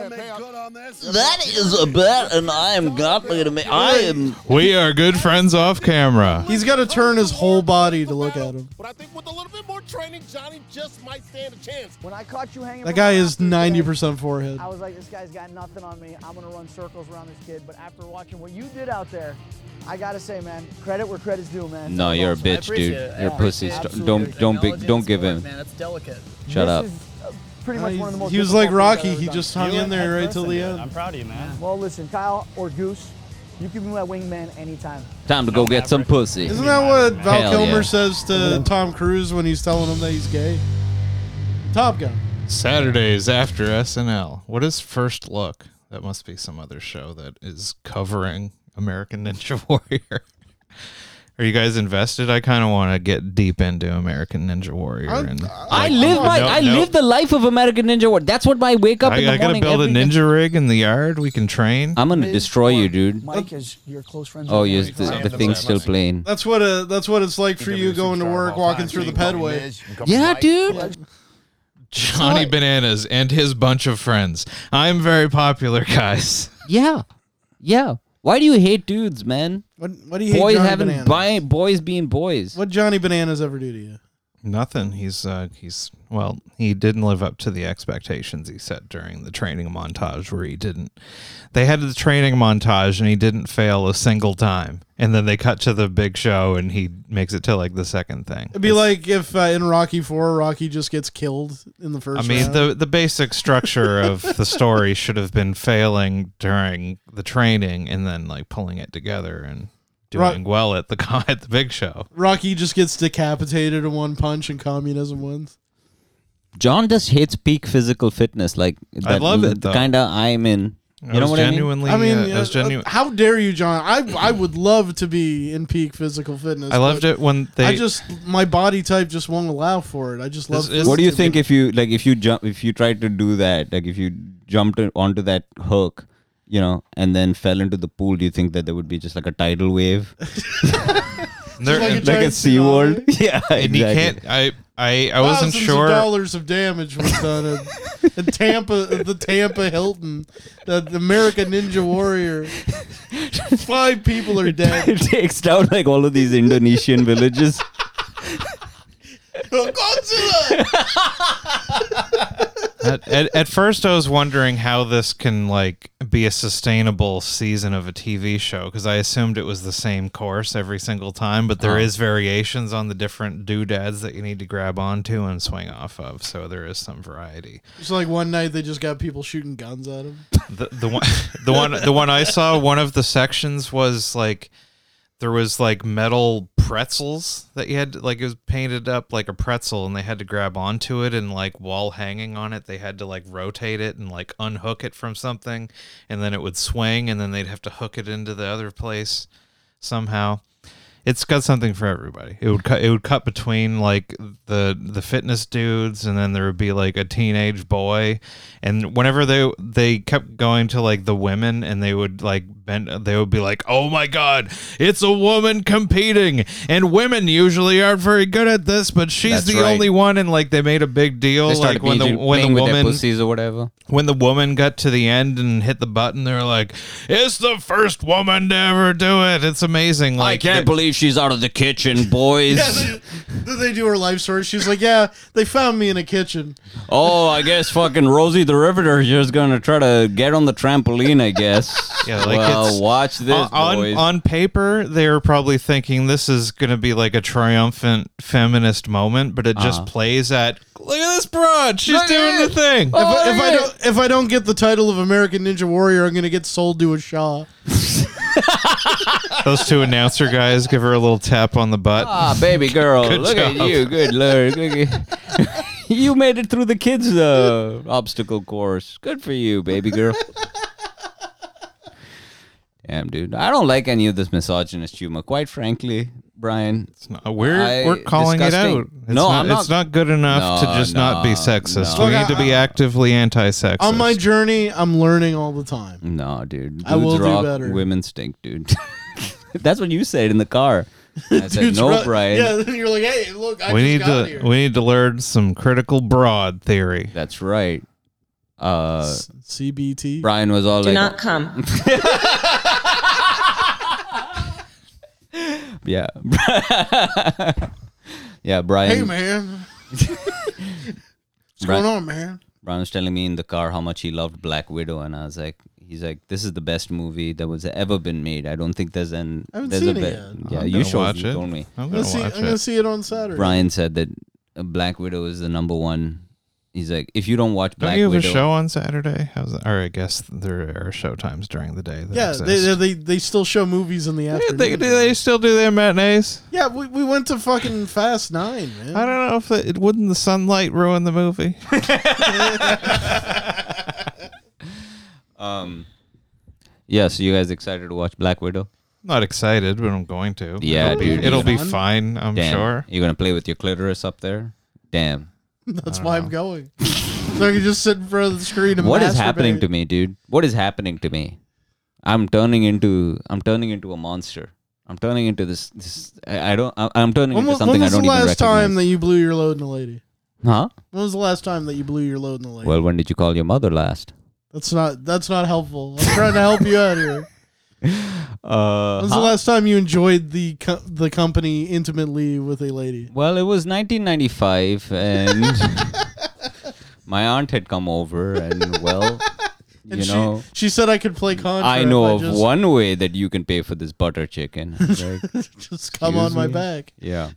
S4: That is a bet, and I am not going to make. I am.
S2: We are good friends off camera.
S1: He's got to turn his whole body to look at him.
S9: But I think with a little bit more training, Johnny just might stand a chance.
S8: When I caught you hanging
S1: That
S8: from
S1: guy
S8: the
S1: is
S8: rafters today,
S1: 90% forehead.
S8: I was like, this guy's got nothing on me. I'm gonna run circles around this kid. But after watching what you did out there, I gotta say, man, credit where credit's due, man.
S3: No, you're a
S8: Awesome. I
S3: bitch,
S8: appreciate
S3: dude.
S8: it.
S3: You're a
S8: Yeah.
S3: pussy. St-
S8: Absolutely.
S3: don't don't be,
S8: Acknowledging
S3: don't give
S8: sports,
S3: in.
S8: man, that's delicate.
S3: Shut
S8: This
S3: up.
S8: is, uh, Pretty much one of the most
S1: He was like
S8: difficult things I've
S1: Rocky.
S8: ever
S1: He
S8: done.
S1: just hung in there right till the
S10: I'm
S1: end.
S10: proud of you, man.
S8: Well, listen, Kyle or Goose, you can be my wingman anytime.
S3: Time to go get some pussy.
S1: Isn't that what Val
S3: Hell
S1: Kilmer
S3: yeah.
S1: says to Tom Cruise when he's telling him that he's gay? Top Gun.
S2: Saturdays after SNL. What is First Look? That must be some other show that is covering American Ninja Warrior. Are you guys invested? I kind of want to get deep into American Ninja Warrior. and
S3: I
S2: like,
S3: live my
S2: no-
S3: I
S2: no.
S3: live the life of American Ninja War. That's what my wake up in
S2: I,
S3: the
S2: I gotta
S3: morning.
S2: build a
S3: every day- Uh,
S2: ninja rig in the yard. We can train.
S3: I'm gonna destroy you, dude.
S8: Mike is your close friend.
S3: Oh, yes, the, the thing's still playing.
S1: That's what uh that's what it's like for you going to work, walking through the pedway.
S3: Yeah, dude.
S2: Johnny Bananas and his bunch of friends. I'm very popular, guys.
S3: Yeah, yeah. Why do you hate dudes, man?
S1: What, what do you hate
S3: Boys
S1: Johnny
S3: having
S1: Bananas?
S3: bi- boys being boys.
S1: What Johnny Bananas ever do to you?
S2: Nothing. He's uh, he's well. He didn't live up to the expectations he set during the training montage, where he didn't. They had the training montage, and he didn't fail a single time. And then they cut to the big show, and he makes it to like the second thing.
S1: It'd be like if uh, in Rocky Four, Rocky just gets killed in the
S2: I
S1: first.
S2: mean,
S1: round.
S2: the the basic structure of the story should have been failing during the training, and then like pulling it together and
S1: Right.
S2: doing well at the con- at the big show.
S1: Rocky just gets decapitated in one punch, and communism wins.
S3: John just hates peak physical fitness. Like that
S2: love it, though.
S3: Kind of I'm in.
S2: I
S3: You know
S2: was
S3: what
S2: genuinely,
S1: I mean,
S2: uh, I was
S1: uh,
S2: genuine.
S1: how dare you, John? I I would love to be in peak physical fitness.
S2: I loved
S1: but
S2: it when they.
S1: I just my body type just won't allow for it. I just love.
S2: This is-
S3: I mean?
S2: What
S3: What do you
S1: food.
S3: think if you like if you jump if you tried to do that like if you jumped onto that hook, you know, and then fell into the pool? Do you think that there would be just like a tidal wave,
S2: they're-
S1: like a
S2: and-
S3: like
S1: Giant
S3: at SeaWorld? yeah,
S2: and you
S3: exactly.
S2: can't i i i wasn't
S1: Thousands
S2: sure
S1: Of dollars of damage was done at, at Tampa, at the Tampa Hilton, the, the American Ninja Warrior. Five people are dead.
S3: it takes down like all of these Indonesian villages.
S1: Godzilla!
S2: at, at, at first i was wondering how this can like be a sustainable season of a tv show because i assumed it was the same course every single time but there is variations on the different doodads that you need to grab onto and swing off of so there is some variety
S1: It's like one night they just got people shooting guns at him.
S2: the, the one the one the one i saw one of the sections was like there was like metal pretzels that you had to, like it was painted up like a pretzel and they had to grab onto it and like while hanging on it they had to like rotate it and like unhook it from something and then it would swing and then they'd have to hook it into the other place somehow it's got something for everybody it would cut it would cut between like the the fitness dudes and then there would be like a teenage boy and whenever they they kept going to like the women and they would like Ben, they would be like, "Oh my God, it's a woman competing, and women usually aren't very good at this, but she's
S3: That's
S2: the
S3: right.
S2: only one." And like they made a big deal,
S3: They
S2: like
S3: started
S2: when the
S3: beating-
S2: when
S3: playing
S2: the
S3: with their
S2: woman
S3: pussies or whatever.
S2: When the woman got to the end and hit the button, they were like, "It's the first woman to ever do it. It's amazing."
S3: I
S2: Like,
S3: can't believe she's out of the kitchen, boys.
S1: Then they do her life story. She's like, yeah, they found me in a kitchen.
S3: Oh, I guess fucking Rosie the Riveter is just gonna try to get on the trampoline. I guess.
S2: Yeah, like
S3: well,
S2: it's-
S3: watch this,
S2: on, on-
S3: boys.
S2: on paper, they were probably thinking this is going to be like a triumphant feminist moment, but it just
S3: Uh-huh.
S2: plays at Look at this broad. She's doing the thing.
S1: If, I, if I don't, if I don't get the title of American Ninja Warrior, I'm gonna get sold to a Shaw.
S2: those two announcer guys give her a little tap on the butt.
S3: Ah, baby girl,
S2: Good
S3: look at
S2: job.
S3: you, good lord. Look at- you made it through the kids' uh, obstacle course. Good for you, baby girl. Damn, dude, I don't like any of this misogynist humor. Quite frankly, Brian, it's
S2: not, we're We're calling it out. It's
S3: no,
S2: not,
S3: I'm not.
S2: It's not good enough
S3: No,
S2: to just not be
S3: no,
S2: sexist.
S3: no.
S2: We
S3: Look,
S2: need to be actively anti-sexist.
S1: On my journey, I'm learning all the time.
S3: No, dude. Dudes
S1: I will do
S3: rock,
S1: better.
S3: Women stink, dude. That's what you said in the car. I said,
S1: Dude's
S3: no,
S1: right.
S3: Brian.
S1: Yeah, then you're like, hey, look, I
S2: we
S1: just
S2: need
S1: got
S2: to
S1: here.
S2: we need to learn some critical broad theory.
S3: That's right. Uh,
S1: CBT.
S3: Brian was all
S5: Do
S3: like,
S5: not come.
S3: yeah, yeah, Brian.
S1: Hey, man. What's
S3: Brian-
S1: going on, man?
S3: Brian was telling me in the car how much he loved Black Widow, and I was like, he's like, this is the best movie that was ever been made. I don't think there's an.
S1: I haven't
S3: there's
S1: seen
S3: a
S1: it
S3: be-
S1: yet.
S3: Yeah,
S2: I'm
S3: you
S2: gonna
S3: showed
S2: watch
S3: me,
S2: it.
S3: told me.
S2: I'm
S1: I'm gonna see. I'm gonna see it on Saturday.
S3: Brian said that uh, Black Widow is the number one. He's like, if you don't watch
S2: Don't
S3: Black
S2: you have
S3: Widow,
S2: a show on Saturday? How's that? Or I guess there are show times during the day. That
S1: Yeah,
S2: exist.
S1: they, they they they still show movies in the afternoon.
S2: they, do they still do their matinees?
S1: yeah, we, we went to fucking Fast Nine, man.
S2: I don't know if it, wouldn't the sunlight ruin the movie.
S3: um, yeah. So you guys excited to watch Black Widow?
S2: Not excited, but I'm going to.
S3: Yeah,
S2: it'll
S3: dude.
S2: be, it'll be
S1: Fun.
S2: fine. I'm
S3: Damn.
S2: sure.
S3: You're gonna play with your clitoris up there. Damn.
S1: That's why I'm going. so I can just sit in front of the screen and
S3: What is
S1: masturbate.
S3: happening to me, dude? What is happening to me? I'm turning into I'm turning into a monster. I'm turning into this. this I, I don't. I, I'm turning
S1: When,
S3: into
S1: was-
S3: something
S1: when
S3: I
S1: was
S3: don't
S1: the
S3: even
S1: last
S3: recognize.
S1: time that you blew your load in a lady?
S3: huh?
S1: When was the last time that you blew your load in a lady?
S3: Well, when did you call your mother last?
S1: That's not that's not helpful. I'm trying to help you out here.
S3: Uh,
S1: When was the last time you enjoyed the co- the company intimately with a lady?
S3: Well, it was 1995, and my aunt had come over, and well,
S1: And
S3: you
S1: she,
S3: know,
S1: she said I could play Contra.
S3: I
S1: if
S3: know of
S1: just-
S3: one way that you can pay for this butter chicken. I was like,
S1: Just come on
S3: "Excuse
S1: my
S3: me?"
S1: back.
S3: Yeah.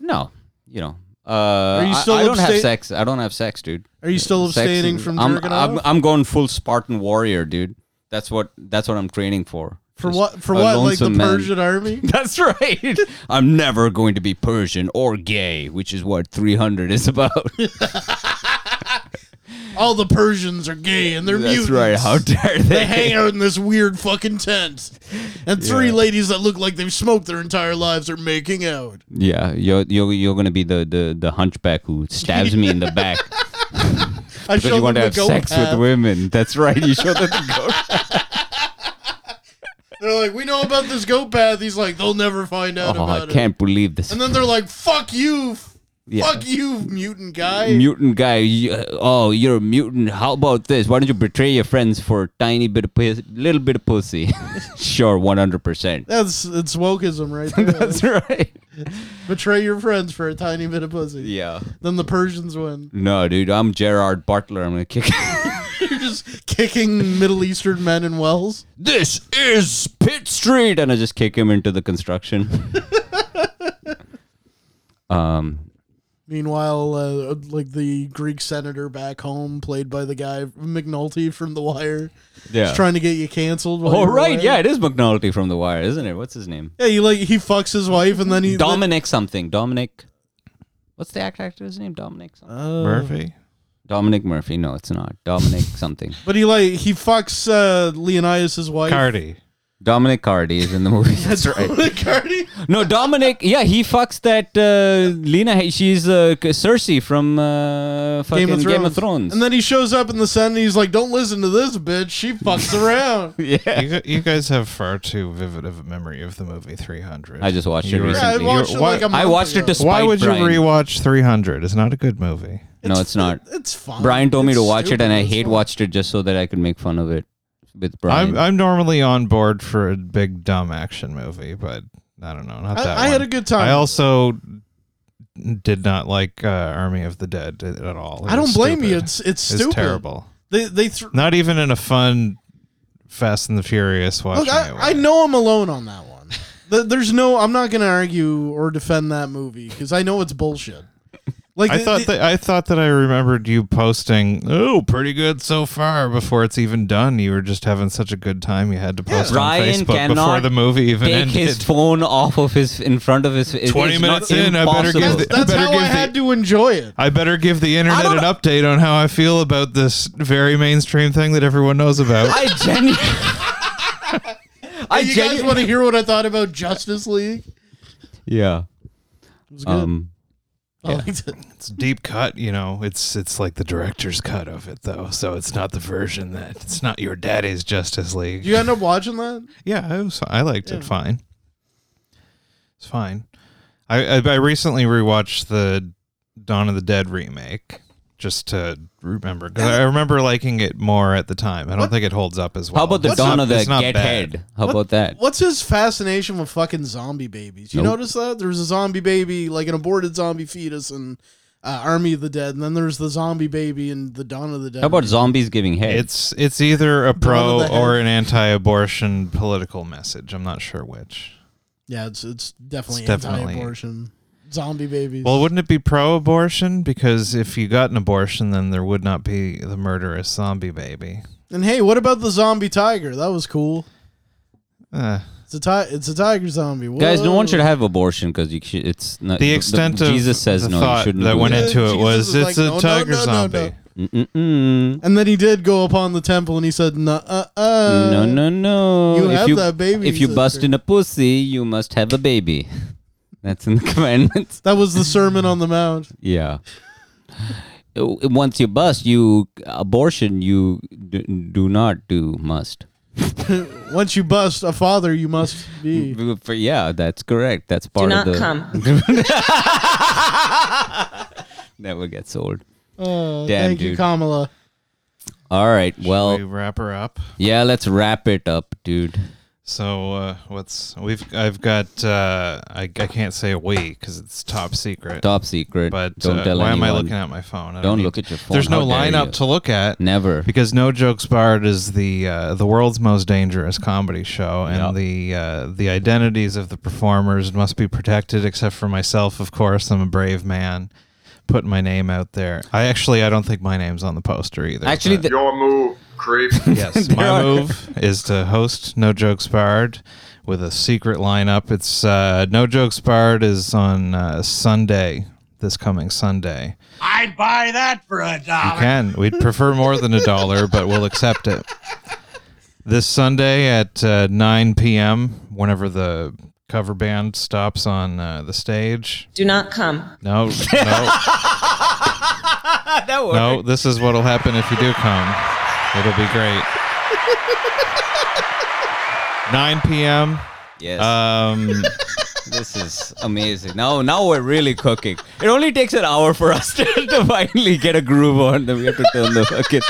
S3: No, you know. Uh,
S1: Are you
S3: I-
S1: still
S3: I, don't have
S1: abstain-
S3: sex. I don't have sex, dude.
S1: Are you still
S3: Sex
S1: abstaining
S3: is-
S1: from
S3: I'm,
S1: jerking
S3: I'm,
S1: off?
S3: I'm going full Spartan warrior, dude. That's what. That's what I'm training for.
S1: For
S3: Just
S1: what? For
S3: a
S1: what? Like the
S3: lonesome man.
S1: Persian army?
S3: That's right. I'm never going to be Persian or gay, which is what 300 is about.
S1: All the Persians are gay and they're
S3: That's
S1: mutants.
S3: right. How dare they?
S1: They hang out in this weird fucking tent, and three
S3: Yeah.
S1: ladies that look like they've smoked their entire lives are making out.
S3: Yeah, you're you're you're gonna be the the, the hunchback who stabs me in the back
S1: I
S3: because
S1: show
S3: you want to
S1: them
S3: have
S1: the goat
S3: sex
S1: path.
S3: with women. That's right. You show them the goat.
S1: They're like, we know about this goat path. He's like, they'll never find out
S3: Oh, I
S1: about
S3: can't believe this.
S1: it. And then they're like, fuck you, f-
S3: Yeah.
S1: fuck you, mutant guy.
S3: Mutant guy, you, oh, you're a mutant. How about this? Why don't you betray your friends for a tiny bit of pussy, little bit of pussy? sure, one hundred percent.
S1: That's it's wokeism right there.
S3: That's right.
S1: Betray your friends for a tiny bit of pussy.
S3: Yeah.
S1: Then the Persians win.
S3: No, dude, I'm Gerard Butler. I'm gonna kick.
S1: You're just kicking Middle Eastern men in wells.
S3: this is Pitt Street, and I just kick him into the construction. um,
S1: Meanwhile, uh, like the Greek senator back home, played by the guy McNulty from The Wire,
S3: Yeah.
S1: is trying to get you canceled. while
S3: Oh
S1: you're
S3: right,
S1: away.
S3: yeah, it is McNulty from The Wire, isn't it? What's his name?
S1: yeah. He like he fucks his wife and then he
S3: Dominic something. Dominic. What's the act actor's name? Dominic something.
S1: Oh.
S2: Murphy.
S3: Dominic Murphy. No, it's not. Dominic something.
S1: But he like he fucks uh, Leonidas' wife.
S2: Cardi.
S3: Dominic Cardi is in the movie. That's right. Dominic Cardi. No, Dominic. Yeah, he fucks that uh, Lena. She's uh, Cersei from uh, fucking Game of, Thrones.
S1: And then he shows up in the Senate and he's like, don't listen to this bitch. She fucks around.
S3: yeah.
S2: You, gu- you guys have far too vivid of a memory of the movie 300.
S3: I just watched it
S2: You were-
S3: recently.
S2: you were- why-
S3: I watched it to
S2: Why
S3: spite
S2: would you
S3: Brian.
S2: rewatch 300? It's not a good movie.
S3: no, it's not.
S1: It's fine.
S3: Brian told me
S1: It's
S3: to watch it, and
S1: stupid.
S3: I
S1: It's
S3: hate watched it just so that I could make fun of it with Brian.
S2: I'm, I'm normally on board for a big dumb action movie, but I don't know. Not
S1: I-
S2: that
S1: I had
S2: one.
S1: a good time.
S2: I also did not like uh, Army of the Dead at at all. It
S1: I don't
S2: was
S1: blame you.
S2: stupid.
S1: It's it's
S2: It was
S1: stupid.
S2: terrible.
S1: They they thr
S2: Not even in a fun Fast and the Furious watching
S1: look. I, I know I'm alone on that one. Th- There's no. I'm not gonna argue or defend that movie because I know it's bullshit. Like
S2: I
S1: the-
S2: thought
S1: the-
S2: that I thought that I remembered you posting, "Oh, pretty good so far." Before it's even done, you were just having such a good time. You had to post on
S3: Brian
S2: Facebook before
S3: cannot
S2: the movie even
S3: take
S2: ended.
S3: his phone off of his in front of his. it-
S2: Twenty
S3: it's
S2: minutes
S3: not
S2: in, I better give
S3: impossible.
S2: the, I
S1: that's
S2: better
S1: how
S2: give
S1: I
S2: the-
S1: had to enjoy it.
S2: I better give the internet an update on how I feel about this very mainstream thing that everyone knows about.
S3: I genuinely.
S1: I you guys want to hear what I thought about Justice League?
S3: Yeah.
S1: was good.
S3: Um,
S1: I liked it.
S2: it's a deep cut, you know. It's it's like the director's cut of it though, so it's not the version that it's not your daddy's Justice League.
S1: Did you end up watching that?
S2: Yeah, it was, I liked
S1: Yeah.
S2: it fine. It's fine. I, I I recently rewatched the Dawn of the Dead remake just to remember 'cause I remember liking it more at the time. I don't think it holds up as well.
S3: How about the
S2: It's
S3: Dawn
S2: not-
S3: of the
S2: it's not
S3: Get
S2: bad.
S3: Head? How about that?
S1: What's his fascination with fucking zombie babies? You
S3: Nope.
S1: notice that there was a zombie baby, like an aborted zombie fetus, in uh, Army of the Dead, and then there's the zombie baby in the Dawn of the Dead.
S3: How about zombies giving head?
S2: It's it's either a pro
S1: the Head.
S2: or an anti-abortion political message. I'm not sure which.
S1: Yeah, it's it's definitely
S2: It's definitely-
S1: anti-abortion. Zombie babies.
S2: Well, wouldn't it be pro-abortion because if you got an abortion, then there would not be the murderous zombie baby.
S1: and hey, what about the zombie tiger? That was cool.
S2: Uh,
S1: It's a ti- it's a tiger zombie.
S3: Guys, no one
S1: Whoa.
S3: should have abortion because you sh- it's not,
S2: the extent of
S3: Jesus says
S2: the
S3: no. You
S2: thought
S3: shouldn't
S2: that
S3: do
S2: went
S3: that.
S2: into it
S1: Jesus
S2: was
S1: is
S2: it's a
S1: like, no, no,
S2: tiger
S1: no, no,
S2: zombie.
S1: no.
S3: Mm-mm-mm.
S1: And then he did go upon the temple and he said, "No, uh, uh,
S3: no, no, no.
S1: you
S3: if
S1: have
S3: you,
S1: that baby
S3: If you
S1: sister.
S3: bust in a pussy, you must have a baby. That's in the commandments.
S1: That was the Sermon on the Mount.
S3: Yeah. Uh, Once you bust, you abortion. You d- do not do must.
S1: Once you bust a father, you must be.
S3: For, yeah, that's correct. That's part
S5: not
S3: of the.
S5: come.
S3: Never gets old.
S1: Uh,
S3: Damn,
S1: thank you,
S3: dude.
S1: Kamala.
S3: All right. Well,
S2: we wrap her up.
S3: yeah. Let's wrap it up, dude.
S2: So uh, what's we've I've got uh, I I can't say we because it's top secret.
S3: Top secret.
S2: But
S3: Don't
S2: uh,
S3: tell
S2: why am I
S3: anyone.
S2: looking at my phone? I
S3: Don't
S2: need
S3: look
S2: to-
S3: at your phone.
S2: There's no
S3: How dare you.
S2: lineup to look at.
S3: Never.
S2: because No Jokes Barred is the uh, the world's most dangerous comedy show, and
S3: Yep.
S2: the uh, the identities of the performers must be protected, except for myself, of course. I'm a brave man, putting my name out there. I actually I don't think my name's on the poster either.
S3: Actually,
S2: but-
S3: the-
S12: Your move, creep.
S2: Yes, my move is to host No Jokes Barred with a secret lineup. It's uh, No Jokes Barred is on uh, Sunday, this coming Sunday.
S7: I'd buy that for a
S2: You
S7: dollar.
S2: can. We'd prefer more than a dollar, but we'll accept it. This Sunday at uh, 9 p.m., whenever the cover band stops on uh, the stage.
S5: Do not come.
S2: No, no,
S5: that
S2: no. This is what'll happen if you do come. It'll be great. 9 p.m.
S3: Yes.
S2: Um,
S3: this is amazing. Now, now we're really cooking. It only takes an hour for us to, to finally get a groove on. Then we have to turn the fucking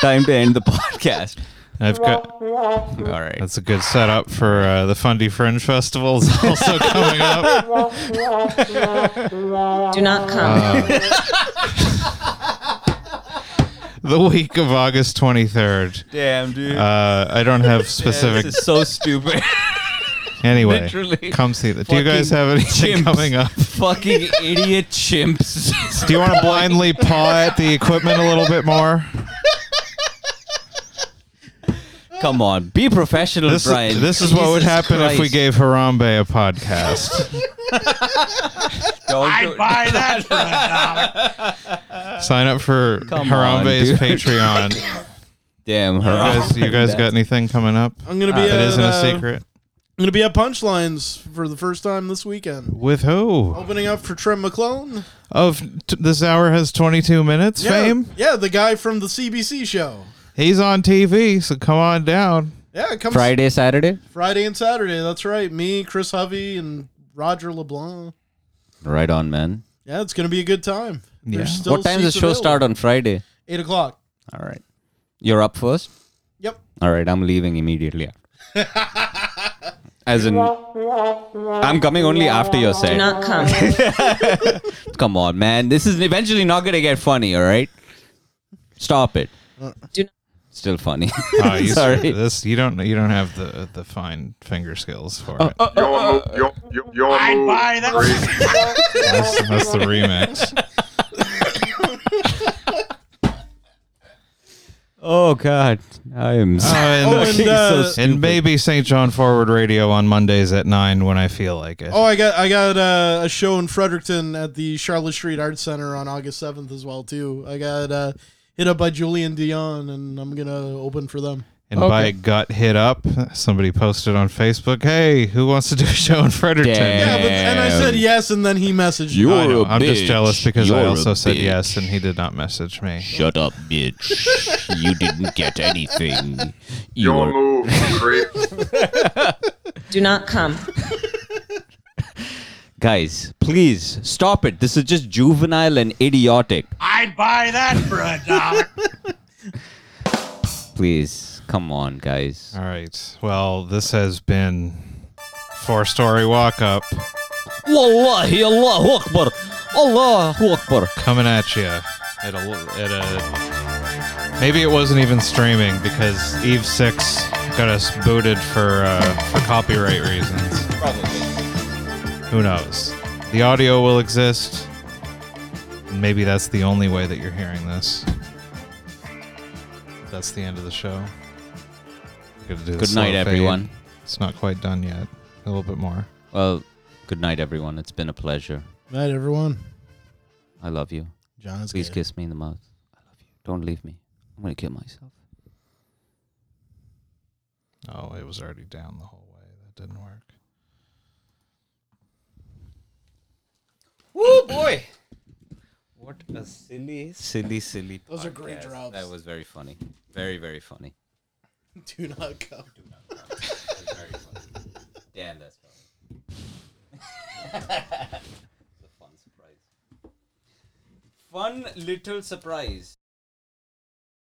S3: time to end the podcast.
S2: I've got.
S3: All right.
S2: That's a good setup for uh, the Fundy Fringe Festival. Is also coming up.
S5: Do not
S3: Ah.
S5: come.
S2: the week of August 23rd.
S3: Damn, dude.
S2: Uh, I don't have specific.
S3: This is so stupid.
S2: anyway,
S3: Literally.
S2: come see that. Do you guys
S3: Fucking
S2: have anything
S3: chimps.
S2: coming up?
S3: fucking idiot chimps.
S2: Do you want to blindly paw at the equipment a little bit more?
S3: Come on, be professional,
S2: This,
S3: Brian.
S2: this is what would
S3: Jesus
S2: happen if we
S3: Christ.
S2: gave Harambe a podcast.
S3: Don't
S7: I'd
S3: do-
S7: buy that for a dollar.
S2: Sign up for
S3: Come on,
S2: Harambe's
S3: dude.
S2: Patreon.
S3: Damn, her.
S2: You guys, you guys got anything coming up?
S1: I'm gonna be.
S2: That
S1: at,
S2: isn't
S1: uh,
S2: a secret.
S1: I'm gonna be at Punchlines for the first time this weekend.
S2: With who?
S1: Opening up for Trent McClone.
S2: Of t- this hour has 22 minutes.
S1: Yeah,
S2: Fame.
S1: Yeah, the guy from the CBC show.
S2: He's on TV, so come on down.
S1: Yeah, come
S3: Friday, Saturday.
S1: Friday and Saturday. That's right. Me, Chris Hovey, and Roger LeBlanc.
S3: Right on, man.
S1: Yeah, it's gonna be a good time.
S3: Yeah.
S1: There's still
S3: What time does the
S1: seats
S3: show
S1: available.
S3: start on Friday?
S1: Eight o'clock.
S3: All right. You're up first?
S1: Yep.
S3: All right, I'm leaving immediately. As in, I'm coming only after your set.
S5: Do not come.
S3: Come on, man. This is eventually not going to get funny, all right? Stop it.
S5: Do not-
S3: Still funny.
S2: Oh, you,
S3: Sorry.
S2: This you don't you don't have the the fine finger skills for it.
S12: Your move. Your, your
S7: I'd
S12: move.
S7: buy that.
S2: That's, that's the remix.
S3: Oh, God. I am
S2: Oh, and,
S3: fucking so
S2: and maybe St. John Forward Radio on Mondays at nine when I feel like it.
S1: Oh, I got I got uh, a show in Fredericton at the Charlotte Street Art Center on August seventh as well too. I got uh, hit up by Julian Dion, and I'm gonna open for them.
S2: And by got hit up, somebody posted on Facebook, "Hey, who wants to do a show in Fredericton?"
S1: yeah, but, and I said yes, and then he messaged me.
S2: I know. I'm just jealous because I
S1: You're
S2: also
S1: a
S2: said yes and he did not message me.
S3: Shut up, bitch. you didn't get anything.
S12: Your move, creep.
S5: Do not come.
S3: Guys, please stop it. This is just juvenile and idiotic.
S7: I'd buy that for a dollar.
S3: Please, come on, guys.
S2: All right. Well, this has been four story walk up
S3: Wallahi, Allahu Akbar. Allahu Akbar.
S2: coming at you at a at a. Maybe it wasn't even streaming because Eve Six got us booted for uh, for copyright reasons. Who knows? The audio will exist. And maybe that's the only way that you're hearing this. That's the end of the show. We're gonna do the
S3: Good
S2: slow
S3: night,
S2: fade.
S3: everyone.
S2: It's not quite done yet. A little bit more.
S3: Well, good night, everyone. It's been a pleasure.
S1: Night, everyone.
S3: I love you.
S1: John is
S3: Please kiss me in the mouth. I love you. Don't leave me. I'm going to kill myself.
S2: Oh, it was already down the whole way. That didn't work.
S3: Woo, boy. What a silly, silly, silly.
S1: Those are great
S3: podcast.
S1: drops.
S3: That was very funny. Very, very funny.
S1: Do not come.
S3: Very funny. Damn, that's funny. Fun little surprise.